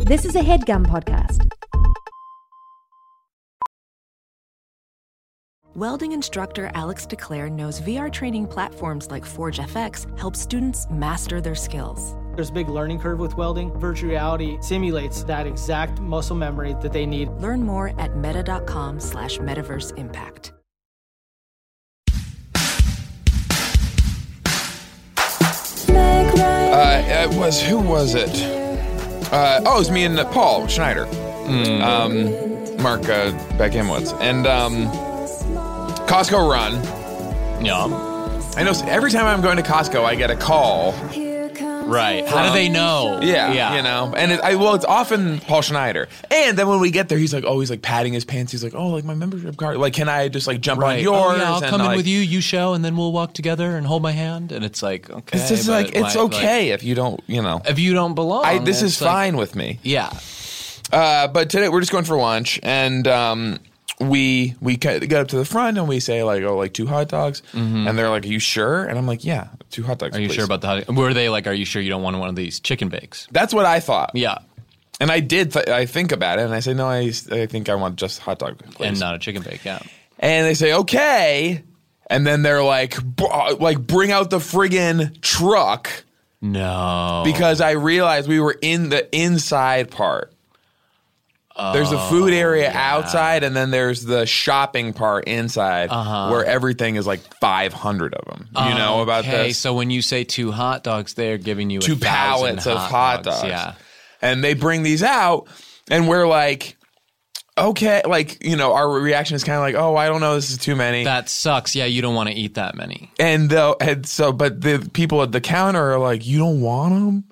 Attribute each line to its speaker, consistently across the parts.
Speaker 1: This is a headgum podcast.
Speaker 2: Welding instructor Alex DeClaire knows VR training platforms like Forge FX help students master their skills.
Speaker 3: There's a big learning curve with welding. Virtual reality simulates that exact muscle memory that they need.
Speaker 2: Learn more at meta.com slash metaverse impact.
Speaker 4: Uh, it was who was it? Uh, oh, it was me and uh, Paul Schneider,
Speaker 5: Mm.
Speaker 4: um, Mark uh, Beckhamwitz, and um, Costco Run.
Speaker 5: Yeah.
Speaker 4: I know s- every time I'm going to Costco, I get a call.
Speaker 5: Right. How do they know?
Speaker 4: Yeah,
Speaker 5: Yeah.
Speaker 4: you know, and it, I well, it's often Paul Schneider. And then when we get there, he's like, oh, he's like patting his pants. He's like, oh, like my membership card. Like, can I just like jump on
Speaker 5: Right.
Speaker 4: yours?
Speaker 5: Oh, yeah, I'll
Speaker 4: And,
Speaker 5: come in
Speaker 4: like,
Speaker 5: with you. You show, and then we'll walk together and hold my hand. And it's like okay.
Speaker 4: It's just
Speaker 5: but
Speaker 4: like it's
Speaker 5: like-
Speaker 4: okay if you don't, you know.
Speaker 5: if you don't belong.
Speaker 4: I, this is
Speaker 5: it's like-
Speaker 4: fine with me.
Speaker 5: yeah.
Speaker 4: Uh, but today we're just going for lunch, and um, we we ca- get up to the front and we say like, oh, like two hot dogs, and they're like, are you sure? And I'm like, yeah, two hot dogs.
Speaker 5: Mm-hmm. Are you
Speaker 4: please."
Speaker 5: sure about the hot? Were they like, are you sure you don't want one of these chicken bakes?
Speaker 4: That's what I thought.
Speaker 5: Yeah,
Speaker 4: and I did. Th- I think about it, and I say, no, I I think I want just hot dog, please.
Speaker 5: and uh, not a chicken bake. Yeah,
Speaker 4: And they say, okay, and then they're like, "B- uh, like bring out the friggin' truck
Speaker 5: no,
Speaker 4: because I realized we were in the inside part. There's the food
Speaker 5: Oh,
Speaker 4: area outside, and then there's the shopping part inside, where everything is like 500 of them. You know about
Speaker 5: Uh-huh. okay.
Speaker 4: this?
Speaker 5: So when you say two hot dogs, they're giving you a
Speaker 4: Two
Speaker 5: thousand
Speaker 4: pallets of hot dogs.
Speaker 5: Yeah,
Speaker 4: And they bring these out, and we're like, okay, like you know, our reaction is kind of like, oh, I don't know, this is too many.
Speaker 5: that sucks. Yeah, you don't want to eat that many.
Speaker 4: and though, and so, but the people at the counter are like, you don't want them.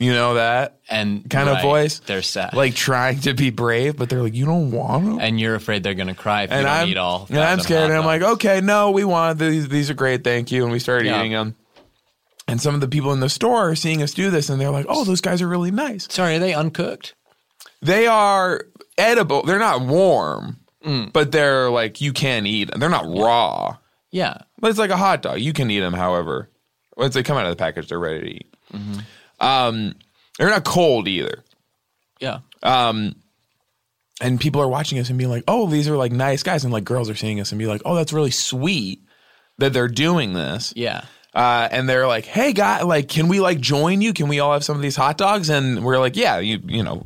Speaker 4: You know that
Speaker 5: And
Speaker 4: kind
Speaker 5: right,
Speaker 4: of voice.
Speaker 5: they're sad.
Speaker 4: like trying to be brave, but they're like, you don't want them.
Speaker 5: and you're afraid they're gonna cry if you don't
Speaker 4: I'm
Speaker 5: eat all.
Speaker 4: and I'm
Speaker 5: 1,000
Speaker 4: scared.
Speaker 5: hot
Speaker 4: And I'm like,
Speaker 5: dogs.
Speaker 4: okay, no, we want these. These are great, thank you. And we started
Speaker 5: Yeah.
Speaker 4: eating them. And some of the people in the store are seeing us do this, and they're like, oh, those guys are really nice.
Speaker 5: sorry, are they uncooked?
Speaker 4: They are edible. They're not warm,
Speaker 5: Mm.
Speaker 4: but they're like you can eat. 'em. They're not raw.
Speaker 5: Yeah,
Speaker 4: But it's like a hot dog. You can eat them, however, once they come out of the package, they're ready to eat.
Speaker 5: Mm-hmm.
Speaker 4: Um, they're not cold either.
Speaker 5: yeah.
Speaker 4: and people are watching us and being like, "Oh, these are like nice guys," and like girls are seeing us and be like, "Oh, that's really sweet that they're doing this."
Speaker 5: Yeah.
Speaker 4: Uh, and they're like, "Hey, guy, like, can we like join you? Can we all have some of these hot dogs?" And we're like, "Yeah, you you know,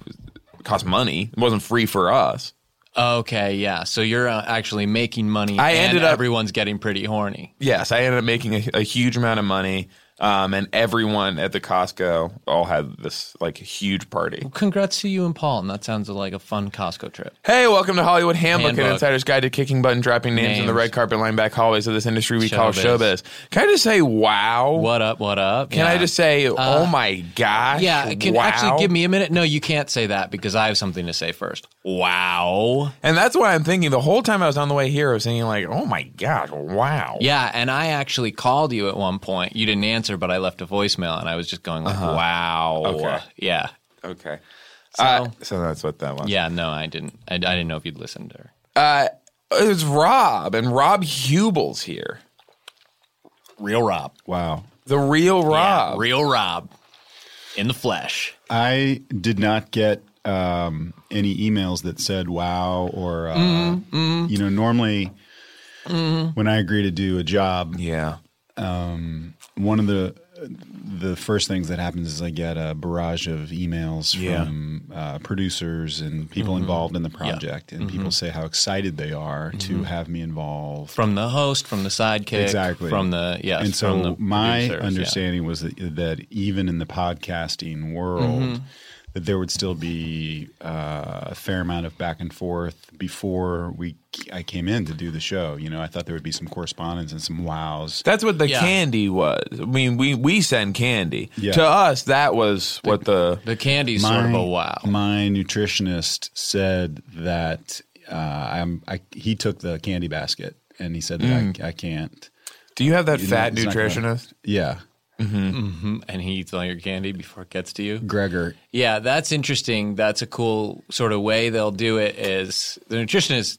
Speaker 4: it cost money. It wasn't free for us."
Speaker 5: Okay, yeah. So you're uh, actually making money.
Speaker 4: I
Speaker 5: and
Speaker 4: ended up-
Speaker 5: Everyone's getting pretty horny.
Speaker 4: Yes, I ended up making a, a huge amount of money, um, and everyone at the Costco all had this like huge party.
Speaker 5: Congrats to you and Paul. And that sounds like a fun Costco trip.
Speaker 4: Hey, welcome to Hollywood Handbook, an
Speaker 5: Handbook.
Speaker 4: insider's guide to kicking butt and dropping names, in the
Speaker 5: Names.
Speaker 4: red carpet, line back hallways of this industry we call
Speaker 5: Showbiz.
Speaker 4: showbiz. Can I just say, wow?
Speaker 5: What up? What up?
Speaker 4: Can I
Speaker 5: Yeah. Uh,
Speaker 4: just say, oh my gosh?
Speaker 5: Yeah, can
Speaker 4: wow.
Speaker 5: actually give me a minute. No, you can't say that because I have something to say first. Wow.
Speaker 4: And that's what I'm thinking. The whole time I was on the way here, I was thinking, like, oh my gosh, wow.
Speaker 5: Yeah, and I actually called you at one point. You didn't answer, but I left a voicemail, and I was just going like, "Wow."
Speaker 4: Uh-huh. Okay.
Speaker 5: Yeah.
Speaker 4: Okay.
Speaker 5: So
Speaker 4: Uh, so that's what that was.
Speaker 5: yeah, no, I didn't. I, I didn't know if you'd listened or.
Speaker 4: Uh, it was Rob, and Rob Hubel's here.
Speaker 5: Real Rob.
Speaker 6: Wow.
Speaker 4: The real Rob.
Speaker 5: real Rob, in the flesh.
Speaker 6: I did not get um, any emails that said wow or, uh, you know, normally when I agree to do a job,
Speaker 4: yeah.
Speaker 6: one of the the first things that happens is I get a barrage of emails
Speaker 4: Yeah.
Speaker 6: from uh, producers and people involved in the project, and people say how excited they are to have me involved.
Speaker 5: from the host, from the sidekick,
Speaker 6: Exactly.
Speaker 5: from the yes,
Speaker 6: and so
Speaker 5: from the
Speaker 6: my
Speaker 5: producers, yeah.
Speaker 6: understanding was that, that even in the podcasting world,
Speaker 5: Mm-hmm.
Speaker 6: that there would still be uh, a fair amount of back and forth before we I came in to do the show. You know, I thought there would be some correspondence and some wows.
Speaker 4: That's what the
Speaker 5: Yeah.
Speaker 4: candy was. I mean, we, we send candy.
Speaker 6: Yeah.
Speaker 4: To us, that was what the.
Speaker 5: The candy's sort of a wow.
Speaker 6: My nutritionist said that uh, I'm. I, he took the candy basket and he said
Speaker 5: Mm.
Speaker 6: that I, I can't.
Speaker 4: Do you have that
Speaker 6: You know,
Speaker 4: fat
Speaker 6: it's not gonna-
Speaker 4: nutritionist?
Speaker 6: Yeah,
Speaker 5: and he eats all your candy before it gets to you.
Speaker 6: Gregor.
Speaker 5: Yeah, that's interesting. That's a cool sort of way they'll do it. Is the nutritionists?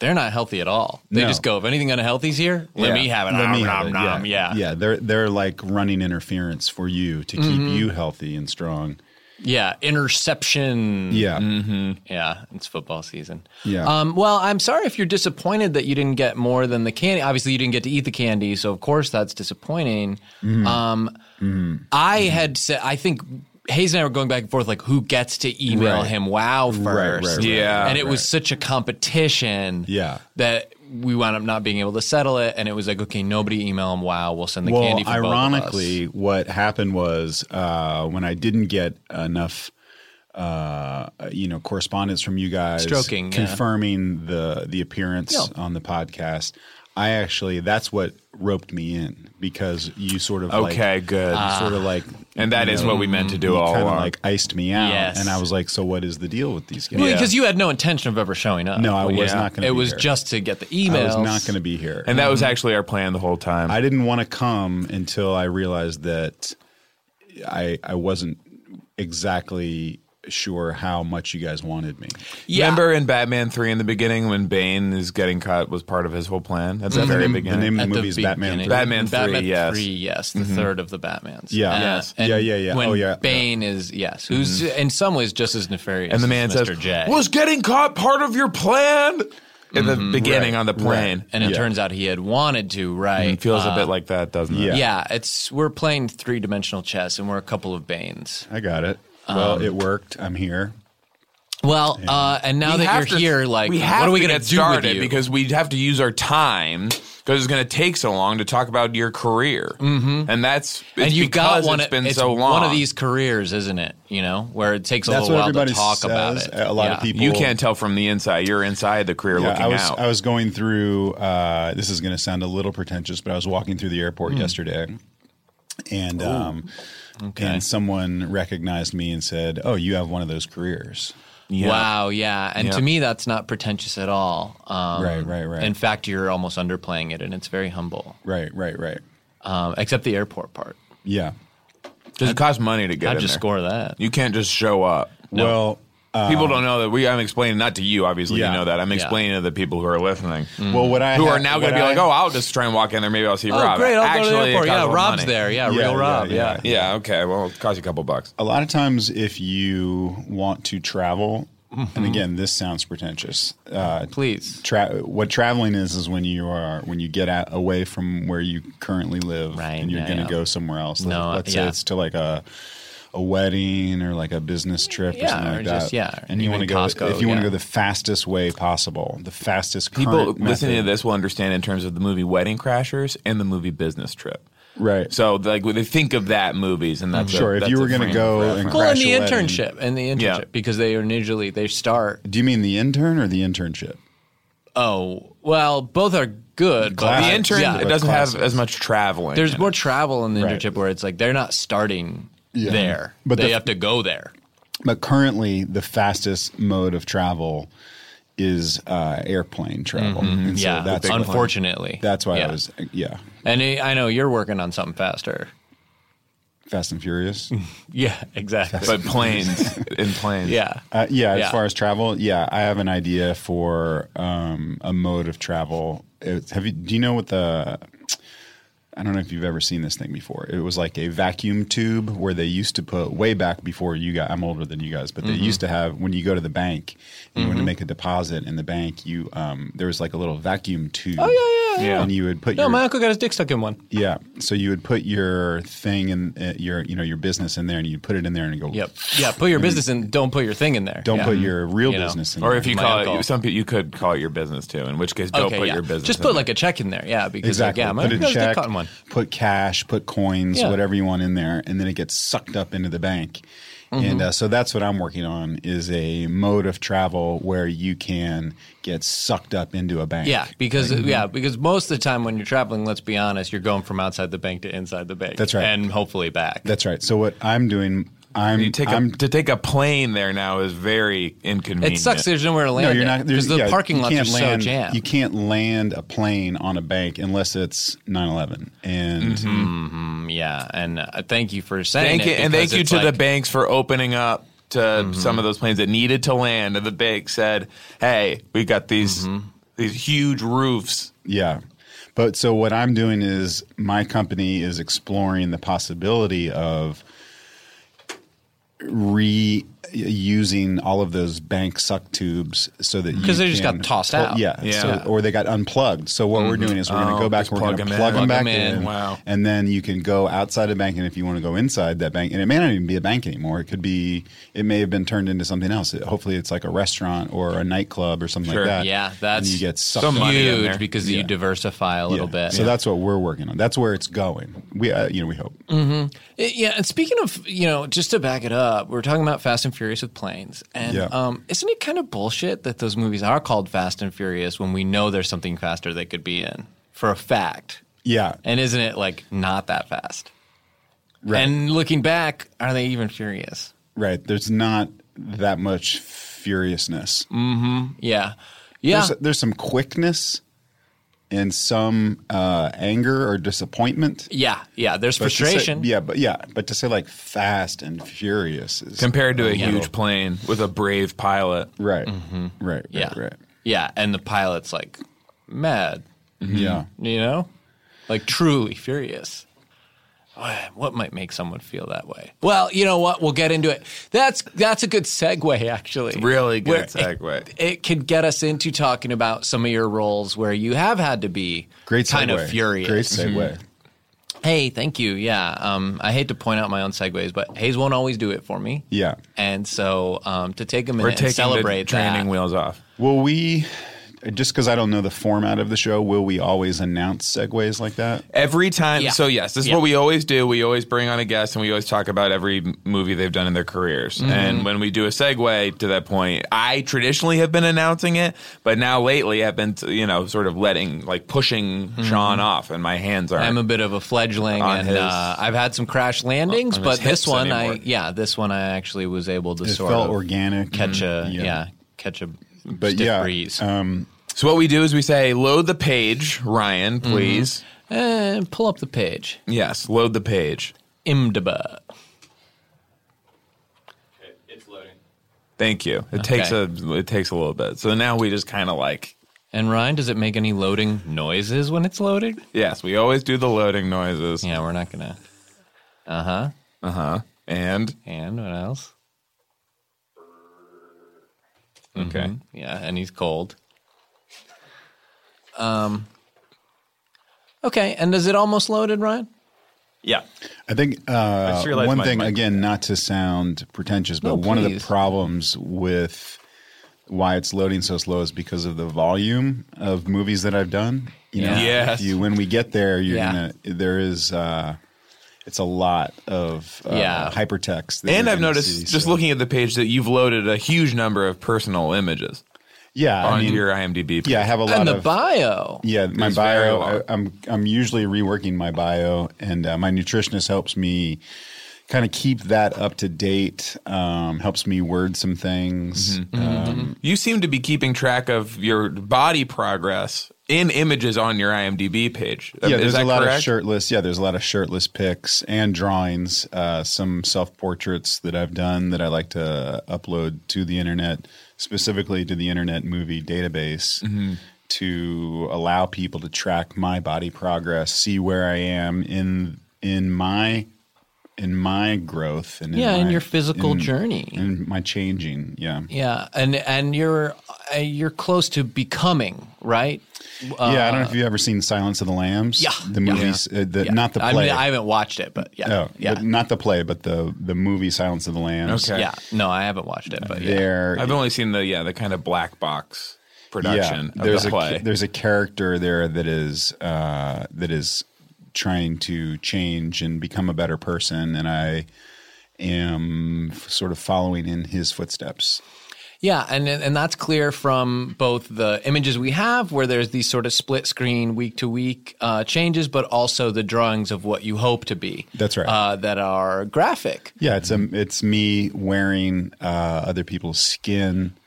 Speaker 5: They're not healthy at all. They
Speaker 6: No.
Speaker 5: just go, if anything unhealthy's here, let
Speaker 4: Yeah.
Speaker 5: me have it.
Speaker 6: Let
Speaker 5: Nom,
Speaker 6: me
Speaker 5: nom,
Speaker 6: have it.
Speaker 5: nom. Yeah.
Speaker 4: Mm-hmm.
Speaker 6: yeah, They're they're like running interference for you to keep you healthy and strong.
Speaker 5: Yeah, interception.
Speaker 6: Yeah.
Speaker 4: Mm-hmm.
Speaker 5: Yeah, it's football season.
Speaker 6: Yeah.
Speaker 5: Um, well, I'm sorry if you're disappointed that you didn't get more than the candy. Obviously, you didn't get to eat the candy, so of course that's disappointing.
Speaker 6: Mm-hmm.
Speaker 5: Um, I had said, I think Hayes and I were going back and forth, like who gets to email
Speaker 6: Right.
Speaker 5: him WoW first?
Speaker 6: right, right,
Speaker 4: Yeah,
Speaker 5: and it was such a competition.
Speaker 6: Yeah.
Speaker 5: that we wound up not being able to settle it, and it was like, okay, nobody email him WoW. We'll send the
Speaker 6: well,
Speaker 5: candy. For both of us.
Speaker 6: ironically, what happened was uh, when I didn't get enough, uh, you know, correspondence from you guys,
Speaker 5: Stroking, yeah.
Speaker 6: confirming the the appearance on the podcast. I actually that's what roped me in because you sort of
Speaker 4: Okay,
Speaker 6: like,
Speaker 4: good.
Speaker 5: Uh,
Speaker 6: you sort of like
Speaker 4: and that is what we meant to do all
Speaker 6: kind of
Speaker 4: along.
Speaker 6: like iced me out,
Speaker 5: Yes.
Speaker 6: and I was like, so what is the deal with these guys?
Speaker 5: Well, because you had no intention of ever showing up.
Speaker 6: No, I was
Speaker 4: Yeah.
Speaker 6: not going to.
Speaker 5: it
Speaker 6: be
Speaker 5: was
Speaker 6: here.
Speaker 5: just to get the
Speaker 6: I
Speaker 5: emails.
Speaker 6: was not going to be here,
Speaker 4: and that was actually our plan the whole time.
Speaker 6: I didn't want to come until I realized that I I wasn't exactly sure how much you guys wanted me.
Speaker 5: Yeah.
Speaker 4: Remember in Batman Three in the beginning when Bane is getting cut was part of his whole plan at the
Speaker 6: Mm-hmm. The
Speaker 4: very
Speaker 6: name, the
Speaker 4: beginning.
Speaker 6: name of
Speaker 5: At
Speaker 6: the movie is Batman.
Speaker 5: beginning.
Speaker 6: 3.
Speaker 4: Batman 3,
Speaker 5: Batman
Speaker 4: yes.
Speaker 5: 3, yes, Mm-hmm. the third of the Batmans.
Speaker 6: Yeah. Yes.
Speaker 5: and
Speaker 6: Yeah, yeah, yeah.
Speaker 5: When
Speaker 6: Oh, yeah.
Speaker 5: Bane is, yes, who's in some ways just as nefarious
Speaker 4: and the man
Speaker 5: as Mr.
Speaker 4: says,
Speaker 5: J.
Speaker 4: "Was getting caught part of your plan?" In
Speaker 6: Mm-hmm.
Speaker 4: the beginning on the plane,
Speaker 5: and it
Speaker 6: Yeah.
Speaker 5: turns out he had wanted to, right?
Speaker 4: it feels a
Speaker 5: Uh,
Speaker 4: bit like that, doesn't it?
Speaker 6: yeah.
Speaker 5: Yeah, it's we're playing three dimensional chess and we're a couple of Banes.
Speaker 6: I got it.
Speaker 4: Um,
Speaker 6: Well, it worked. I'm here.
Speaker 5: Well, uh, and now
Speaker 4: We
Speaker 5: that you're
Speaker 4: have to-
Speaker 5: here, like,
Speaker 4: we have
Speaker 5: what are we
Speaker 4: to
Speaker 5: going
Speaker 4: get
Speaker 5: to do
Speaker 4: started
Speaker 5: with you?
Speaker 4: Because we have to use our time because it's going to take so long to talk about your career, mm-hmm. and that's it's
Speaker 5: and you've
Speaker 4: because
Speaker 5: got one.
Speaker 4: It's been
Speaker 5: it's
Speaker 4: so long.
Speaker 5: One of these careers, isn't it? You know, where it takes a
Speaker 6: That's
Speaker 5: little
Speaker 6: what
Speaker 5: while to
Speaker 6: everybody
Speaker 5: talk
Speaker 6: says.
Speaker 5: about it.
Speaker 6: A lot
Speaker 5: Yeah.
Speaker 6: of people.
Speaker 4: you can't tell from the inside. You're inside the career looking
Speaker 6: I was
Speaker 4: out.
Speaker 6: I was going through. Uh, this is going to sound a little pretentious, but I was walking through the airport
Speaker 4: Hmm.
Speaker 6: yesterday, and um, and someone recognized me and said, "Oh, you have one of those careers."
Speaker 5: Wow, yeah. And
Speaker 4: Yeah.
Speaker 5: to me, that's not pretentious at all. Um,
Speaker 6: Right, right, right.
Speaker 5: In fact, you're almost underplaying it, and it's very humble,
Speaker 6: Right, right, right.
Speaker 5: um, except the airport part.
Speaker 6: Yeah.
Speaker 4: Does it cost money to get
Speaker 5: How'd
Speaker 4: in
Speaker 5: you
Speaker 4: there?
Speaker 5: score that?
Speaker 4: You can't just show up.
Speaker 6: Well, uh,
Speaker 5: Um,
Speaker 4: people don't know that we. I'm explaining not to you, obviously.
Speaker 6: Yeah.
Speaker 4: you know that. I'm explaining to the people who are listening,
Speaker 5: Mm.
Speaker 6: well, what I
Speaker 4: Hmm. who are
Speaker 6: had-
Speaker 4: now going to
Speaker 6: what
Speaker 4: be like,
Speaker 6: I-
Speaker 4: "Oh, I'll just try and walk in there. Maybe I'll see
Speaker 5: Oh,
Speaker 4: Rob." Actually, it costs a
Speaker 5: Yeah,
Speaker 4: lot of
Speaker 5: Rob's
Speaker 4: money.
Speaker 5: there. Yeah,
Speaker 6: Yeah,
Speaker 5: real
Speaker 6: yeah,
Speaker 5: Rob.
Speaker 6: yeah.
Speaker 5: Yeah.
Speaker 4: Yeah. Okay. Well, it costs you a couple bucks.
Speaker 6: a lot of times if you want to travel
Speaker 5: Mm-hmm.
Speaker 6: and again this sounds pretentious uh,
Speaker 5: Please.
Speaker 6: tra- what traveling is is when you are when you get out, away from where you currently live
Speaker 5: Right,
Speaker 6: and you're
Speaker 5: yeah,
Speaker 6: going to
Speaker 5: yeah.
Speaker 6: go somewhere else
Speaker 5: No, uh,
Speaker 6: let's
Speaker 5: yeah.
Speaker 6: say it's to like a a wedding or like a business trip or
Speaker 5: Yeah,
Speaker 6: something
Speaker 5: or
Speaker 6: like
Speaker 5: just-
Speaker 6: that
Speaker 5: yeah,
Speaker 6: and you
Speaker 5: even
Speaker 6: want to go
Speaker 5: Costco,
Speaker 6: if you want to
Speaker 5: yeah.
Speaker 6: go the fastest way possible the fastest
Speaker 4: People
Speaker 6: current
Speaker 4: listening to
Speaker 6: method.
Speaker 4: this will understand in terms of the movie Wedding Crashers and the movie Business Trip.
Speaker 6: right
Speaker 4: So, like, when they think of that movies, and
Speaker 5: Mm.
Speaker 4: that's a-
Speaker 6: sure if
Speaker 4: that's
Speaker 6: you
Speaker 4: a
Speaker 6: were going to
Speaker 4: frame of
Speaker 6: go and
Speaker 4: reference.
Speaker 5: Well,
Speaker 6: crash
Speaker 5: and the
Speaker 6: a wedding-
Speaker 5: internship and the internship
Speaker 4: Yeah.
Speaker 5: because they initially they start.
Speaker 6: do you mean the intern or the internship
Speaker 5: Oh, well, both are good. but-
Speaker 4: the
Speaker 6: Classics.
Speaker 4: intern
Speaker 5: Yeah.
Speaker 4: it doesn't have
Speaker 6: Classes.
Speaker 4: as much traveling.
Speaker 5: There's
Speaker 4: in
Speaker 5: more
Speaker 4: it.
Speaker 5: travel in the
Speaker 6: Right.
Speaker 5: internship where it's like they're not starting
Speaker 6: Yeah.
Speaker 5: there,
Speaker 6: But
Speaker 5: but they
Speaker 6: the-
Speaker 5: have to go there.
Speaker 6: But currently, the fastest mode of travel is uh, airplane travel. And so
Speaker 5: Mm-hmm. yeah,
Speaker 6: that's why-
Speaker 5: unfortunately,
Speaker 6: that's why
Speaker 5: Yeah.
Speaker 6: I was yeah,
Speaker 5: And I I know you're working on something faster.
Speaker 6: Fast and Furious.
Speaker 5: Yeah, exactly.
Speaker 4: but planes in planes.
Speaker 5: yeah.
Speaker 6: Uh, yeah,
Speaker 5: Yeah.
Speaker 6: as far as travel, yeah, I have an idea for um, a mode of travel. It's, have you? Do you know what the? I don't know if you've ever seen this thing before. It was like a vacuum tube where they used to put way back before you got. I'm older than you guys, but
Speaker 5: Mm-hmm.
Speaker 6: they used to have when you go to the bank and you want to make a deposit in the bank. You um, there was like a little vacuum tube. Oh
Speaker 4: yeah, yeah.
Speaker 6: And you would put
Speaker 5: No,
Speaker 6: your
Speaker 5: my uncle got his dick stuck in one.
Speaker 6: yeah. So you would put your thing in uh, your you know your business in there, and you put it in there, and you go.
Speaker 5: Yep. Yeah, put your business in. Don't put your thing in there.
Speaker 6: Don't
Speaker 5: Yeah.
Speaker 6: put your real
Speaker 5: You know.
Speaker 6: business in
Speaker 4: Or
Speaker 6: there.
Speaker 4: if you
Speaker 5: My
Speaker 4: call
Speaker 5: uncle.
Speaker 4: it, some people you could call it your business too. In which case, don't
Speaker 5: Okay,
Speaker 4: put
Speaker 5: yeah.
Speaker 4: your business.
Speaker 5: Just
Speaker 4: in
Speaker 5: put
Speaker 4: there.
Speaker 5: like a check in there. Yeah, because
Speaker 6: Exactly.
Speaker 5: like, yeah, my
Speaker 6: put
Speaker 5: uncle
Speaker 6: a
Speaker 5: got his dick
Speaker 6: check,
Speaker 5: caught in one.
Speaker 6: put cash, put coins,
Speaker 5: Yeah.
Speaker 6: whatever you want in there, and then it gets sucked up into the bank. And
Speaker 5: Mm-hmm.
Speaker 6: uh, so that's what I'm working on is a mode of travel where you can get sucked up into a bank.
Speaker 5: Yeah, because yeah, because most of the time when you're traveling, let's be honest, you're going from outside the bank to inside the bank.
Speaker 6: That's right.
Speaker 5: and hopefully back.
Speaker 6: that's right. So what I'm doing, I'm
Speaker 4: You take a-
Speaker 6: I'm
Speaker 4: to take a plane there now is very
Speaker 5: it
Speaker 4: inconvenient.
Speaker 5: sucks. There's nowhere to land.
Speaker 6: No, you're
Speaker 5: it,
Speaker 6: not.
Speaker 5: because the
Speaker 6: yeah,
Speaker 5: parking
Speaker 6: you
Speaker 5: lots are
Speaker 6: can't
Speaker 5: so
Speaker 6: land,
Speaker 5: jammed.
Speaker 6: You can't land a plane on a bank unless it's 9/11. And
Speaker 5: Mm-hmm. yeah, and uh, thank you for saying
Speaker 4: Thank
Speaker 5: it.
Speaker 4: you, and thank
Speaker 5: because
Speaker 4: you
Speaker 5: it's
Speaker 4: to the
Speaker 5: like-
Speaker 4: banks for opening up to some of those planes that needed to land. And the bank said, "Hey, we got these these huge roofs."
Speaker 6: yeah, but so what I'm doing is my company is exploring the possibility of reusing all of those bank suck tubes so that
Speaker 5: Because
Speaker 6: you
Speaker 5: they just got
Speaker 6: can-
Speaker 5: tossed
Speaker 6: Well,
Speaker 5: out. Mm-hmm.
Speaker 6: Yeah,
Speaker 4: Yeah.
Speaker 6: So, or they got unplugged. So what we're doing is we're going
Speaker 4: Oh,
Speaker 6: to go back
Speaker 4: just
Speaker 6: and we're going
Speaker 4: plug
Speaker 6: to
Speaker 4: 'em in.
Speaker 6: plug them back
Speaker 5: Plug 'em
Speaker 6: in.
Speaker 5: in.
Speaker 4: Wow.
Speaker 6: And then you can go outside a bank, and if you want to go inside that bank, and it may not even be a bank anymore. It could be. It may have been turned into something else. It, hopefully, it's like a restaurant or a nightclub or something
Speaker 4: Sure.
Speaker 6: like that.
Speaker 5: Yeah,
Speaker 6: And
Speaker 5: that's
Speaker 6: you get sucked
Speaker 4: some
Speaker 6: in.
Speaker 4: money in there.
Speaker 5: huge because you diversify a little
Speaker 6: Yeah.
Speaker 5: bit.
Speaker 6: So that's what we're working on. That's where it's going. We, uh, you know, we hope.
Speaker 5: Mm. Yeah, and speaking of, you know, just to back it up, we're talking about Fast and Furious with planes, and
Speaker 6: Yeah.
Speaker 5: um, isn't it kind of bullshit that those movies are called Fast and Furious when we know there's something faster they could be in for a fact?
Speaker 6: Yeah,
Speaker 5: And isn't it like not that fast?
Speaker 6: Right.
Speaker 5: And looking back, are they even furious?
Speaker 6: right. There's not that much furiousness.
Speaker 5: Yeah, Mm. yeah.
Speaker 6: There's, there's some quickness and some uh, anger or disappointment.
Speaker 5: yeah, yeah. There's
Speaker 6: But to say-
Speaker 5: frustration.
Speaker 6: yeah, but yeah, but to say like fast and furious is
Speaker 4: compared to a
Speaker 5: Yeah.
Speaker 4: huge plane with a brave pilot.
Speaker 6: right, right, right,
Speaker 5: Mm-hmm. yeah,
Speaker 6: right.
Speaker 5: yeah. And the pilot's like mad, Mm-hmm.
Speaker 6: Yeah,
Speaker 5: you know, like truly furious. What might make someone feel that way? Well, you know what? We'll get into it. That's that's a good segue, actually.
Speaker 4: Really good
Speaker 5: Where it-
Speaker 4: segue.
Speaker 5: It, could get us into talking about some of your roles where you have had to be
Speaker 6: great.
Speaker 5: kind
Speaker 6: segue.
Speaker 5: of furious. Mm-hmm.
Speaker 6: Great segue.
Speaker 5: Hey, thank you. Yeah, um, I hate to point out my own segues, but Hayes won't always do it for me.
Speaker 6: Yeah.
Speaker 5: and so um, to take a
Speaker 4: We're
Speaker 5: minute
Speaker 4: taking
Speaker 5: and celebrate
Speaker 4: the training
Speaker 5: that.
Speaker 4: wheels off.
Speaker 6: Will we? Just because I don't know the format of the show, will we always announce segues like that?
Speaker 4: Every time,
Speaker 5: Yeah.
Speaker 4: so yes, this is
Speaker 5: Yeah.
Speaker 4: what we always do. We always bring on a guest, and we always talk about every m- movie they've done in their careers.
Speaker 5: Mm-hmm.
Speaker 4: And when we do a segue to that point, I traditionally have been announcing it, but now lately I've been, t- you know, sort of letting, like pushing Sean off, and my hands are.
Speaker 5: Mm-hmm. I'm a bit of a fledgling,
Speaker 4: On
Speaker 5: and
Speaker 4: his-
Speaker 5: uh, I've had some crash landings,
Speaker 4: on his
Speaker 5: but this
Speaker 4: hips
Speaker 5: one, I
Speaker 4: anymore.
Speaker 5: yeah, this one I actually was able to
Speaker 6: It
Speaker 5: sort
Speaker 6: felt
Speaker 5: of
Speaker 6: organic.
Speaker 5: catch a
Speaker 6: Mhm.
Speaker 5: yeah.
Speaker 6: Yeah.
Speaker 5: catch a
Speaker 6: But
Speaker 5: stiff
Speaker 6: yeah, um,
Speaker 5: breeze.
Speaker 4: so what we do is we say, "Load the page, Ryan,
Speaker 5: Mm-hmm.
Speaker 4: please."
Speaker 5: Eh, pull up the page,
Speaker 4: Yes, load the page.
Speaker 5: IMDb.
Speaker 4: Thank you. It takes a it takes a little bit. So now we just kind of like
Speaker 5: And Ryan, does it make any loading noises when it's loaded?
Speaker 4: yes, we always do the loading noises.
Speaker 5: Yeah, we're not gonna.
Speaker 4: Uh huh. And
Speaker 5: And what else?
Speaker 4: okay.
Speaker 5: Yeah, and he's cold. Um. Okay, and is it almost loaded, Ryan?
Speaker 4: Yeah.
Speaker 6: I think uh,
Speaker 4: just realized
Speaker 6: one
Speaker 4: my
Speaker 6: thing
Speaker 4: mic-
Speaker 6: again, not to sound pretentious, but
Speaker 5: No,
Speaker 6: one of the
Speaker 5: please.
Speaker 6: problems with why it's loading so slow is because of the volume of movies that I've done. You know,
Speaker 5: Yeah.
Speaker 4: Yes.
Speaker 6: you when we get there, you're
Speaker 5: Yeah.
Speaker 6: gonna there is uh, it's a lot of uh,
Speaker 5: Yeah.
Speaker 6: hypertext. that
Speaker 4: And
Speaker 6: you're
Speaker 4: I've
Speaker 6: gonna
Speaker 4: noticed
Speaker 6: see,
Speaker 4: just
Speaker 6: so-
Speaker 4: looking at the page that you've loaded a huge number of personal images
Speaker 6: yeah, I
Speaker 4: onto
Speaker 6: mean,
Speaker 4: your IMDb. Page.
Speaker 6: yeah, I have a lot
Speaker 5: And the
Speaker 6: of
Speaker 5: bio.
Speaker 6: Yeah, my
Speaker 4: It's very
Speaker 6: bio.
Speaker 4: long.
Speaker 6: I, I'm I'm usually reworking my bio, and uh, my nutritionist helps me kind of keep that up to date. Um, helps me word some things.
Speaker 4: Mm-hmm.
Speaker 6: Um,
Speaker 4: You seem to be keeping track of your body progress in images on your IMDb page.
Speaker 5: Um,
Speaker 6: yeah, there's
Speaker 4: Is that
Speaker 6: a lot
Speaker 4: correct?
Speaker 6: of shirtless. Yeah, there's a lot of shirtless pics and drawings. Uh, some self portraits that I've done that I like to upload to the internet, specifically to the Internet Movie Database.
Speaker 5: Mm-hmm.
Speaker 6: To allow people to track my body progress, see where I am in in my in my growth and
Speaker 5: Yeah,
Speaker 6: in,
Speaker 5: in
Speaker 6: my-
Speaker 5: your physical
Speaker 6: in-
Speaker 5: journey.
Speaker 6: in my changing. Yeah,
Speaker 5: Yeah, and and you're uh, you're close to becoming right.
Speaker 6: yeah. I don't know if you've ever seen Silence of the Lambs.
Speaker 5: Yeah,
Speaker 6: the
Speaker 5: yeah.
Speaker 6: movies, uh, the, not the play.
Speaker 5: I mean, I haven't watched it, but yeah,
Speaker 6: Oh,
Speaker 5: yeah,
Speaker 6: but not the play, but the the movie Silence of the Lambs.
Speaker 4: Okay.
Speaker 5: yeah. No, I haven't watched it, but yeah.
Speaker 6: There,
Speaker 4: I've only seen the yeah the kind of black box
Speaker 6: yeah,
Speaker 4: production of
Speaker 6: there's
Speaker 4: the
Speaker 6: a
Speaker 4: play.
Speaker 6: there's a character there that is uh, that is trying to change and become a better person, and I am f- sort of following in his footsteps.
Speaker 5: Yeah, and and that's clear from both the images we have, where there's these sort of split screen week to week uh, changes, but also the drawings of what you hope to be.
Speaker 6: That's right.
Speaker 5: Uh, that are graphic.
Speaker 6: Yeah, it's
Speaker 4: Mm-hmm.
Speaker 6: um it's me wearing uh, other people's skin.
Speaker 4: Mm-hmm.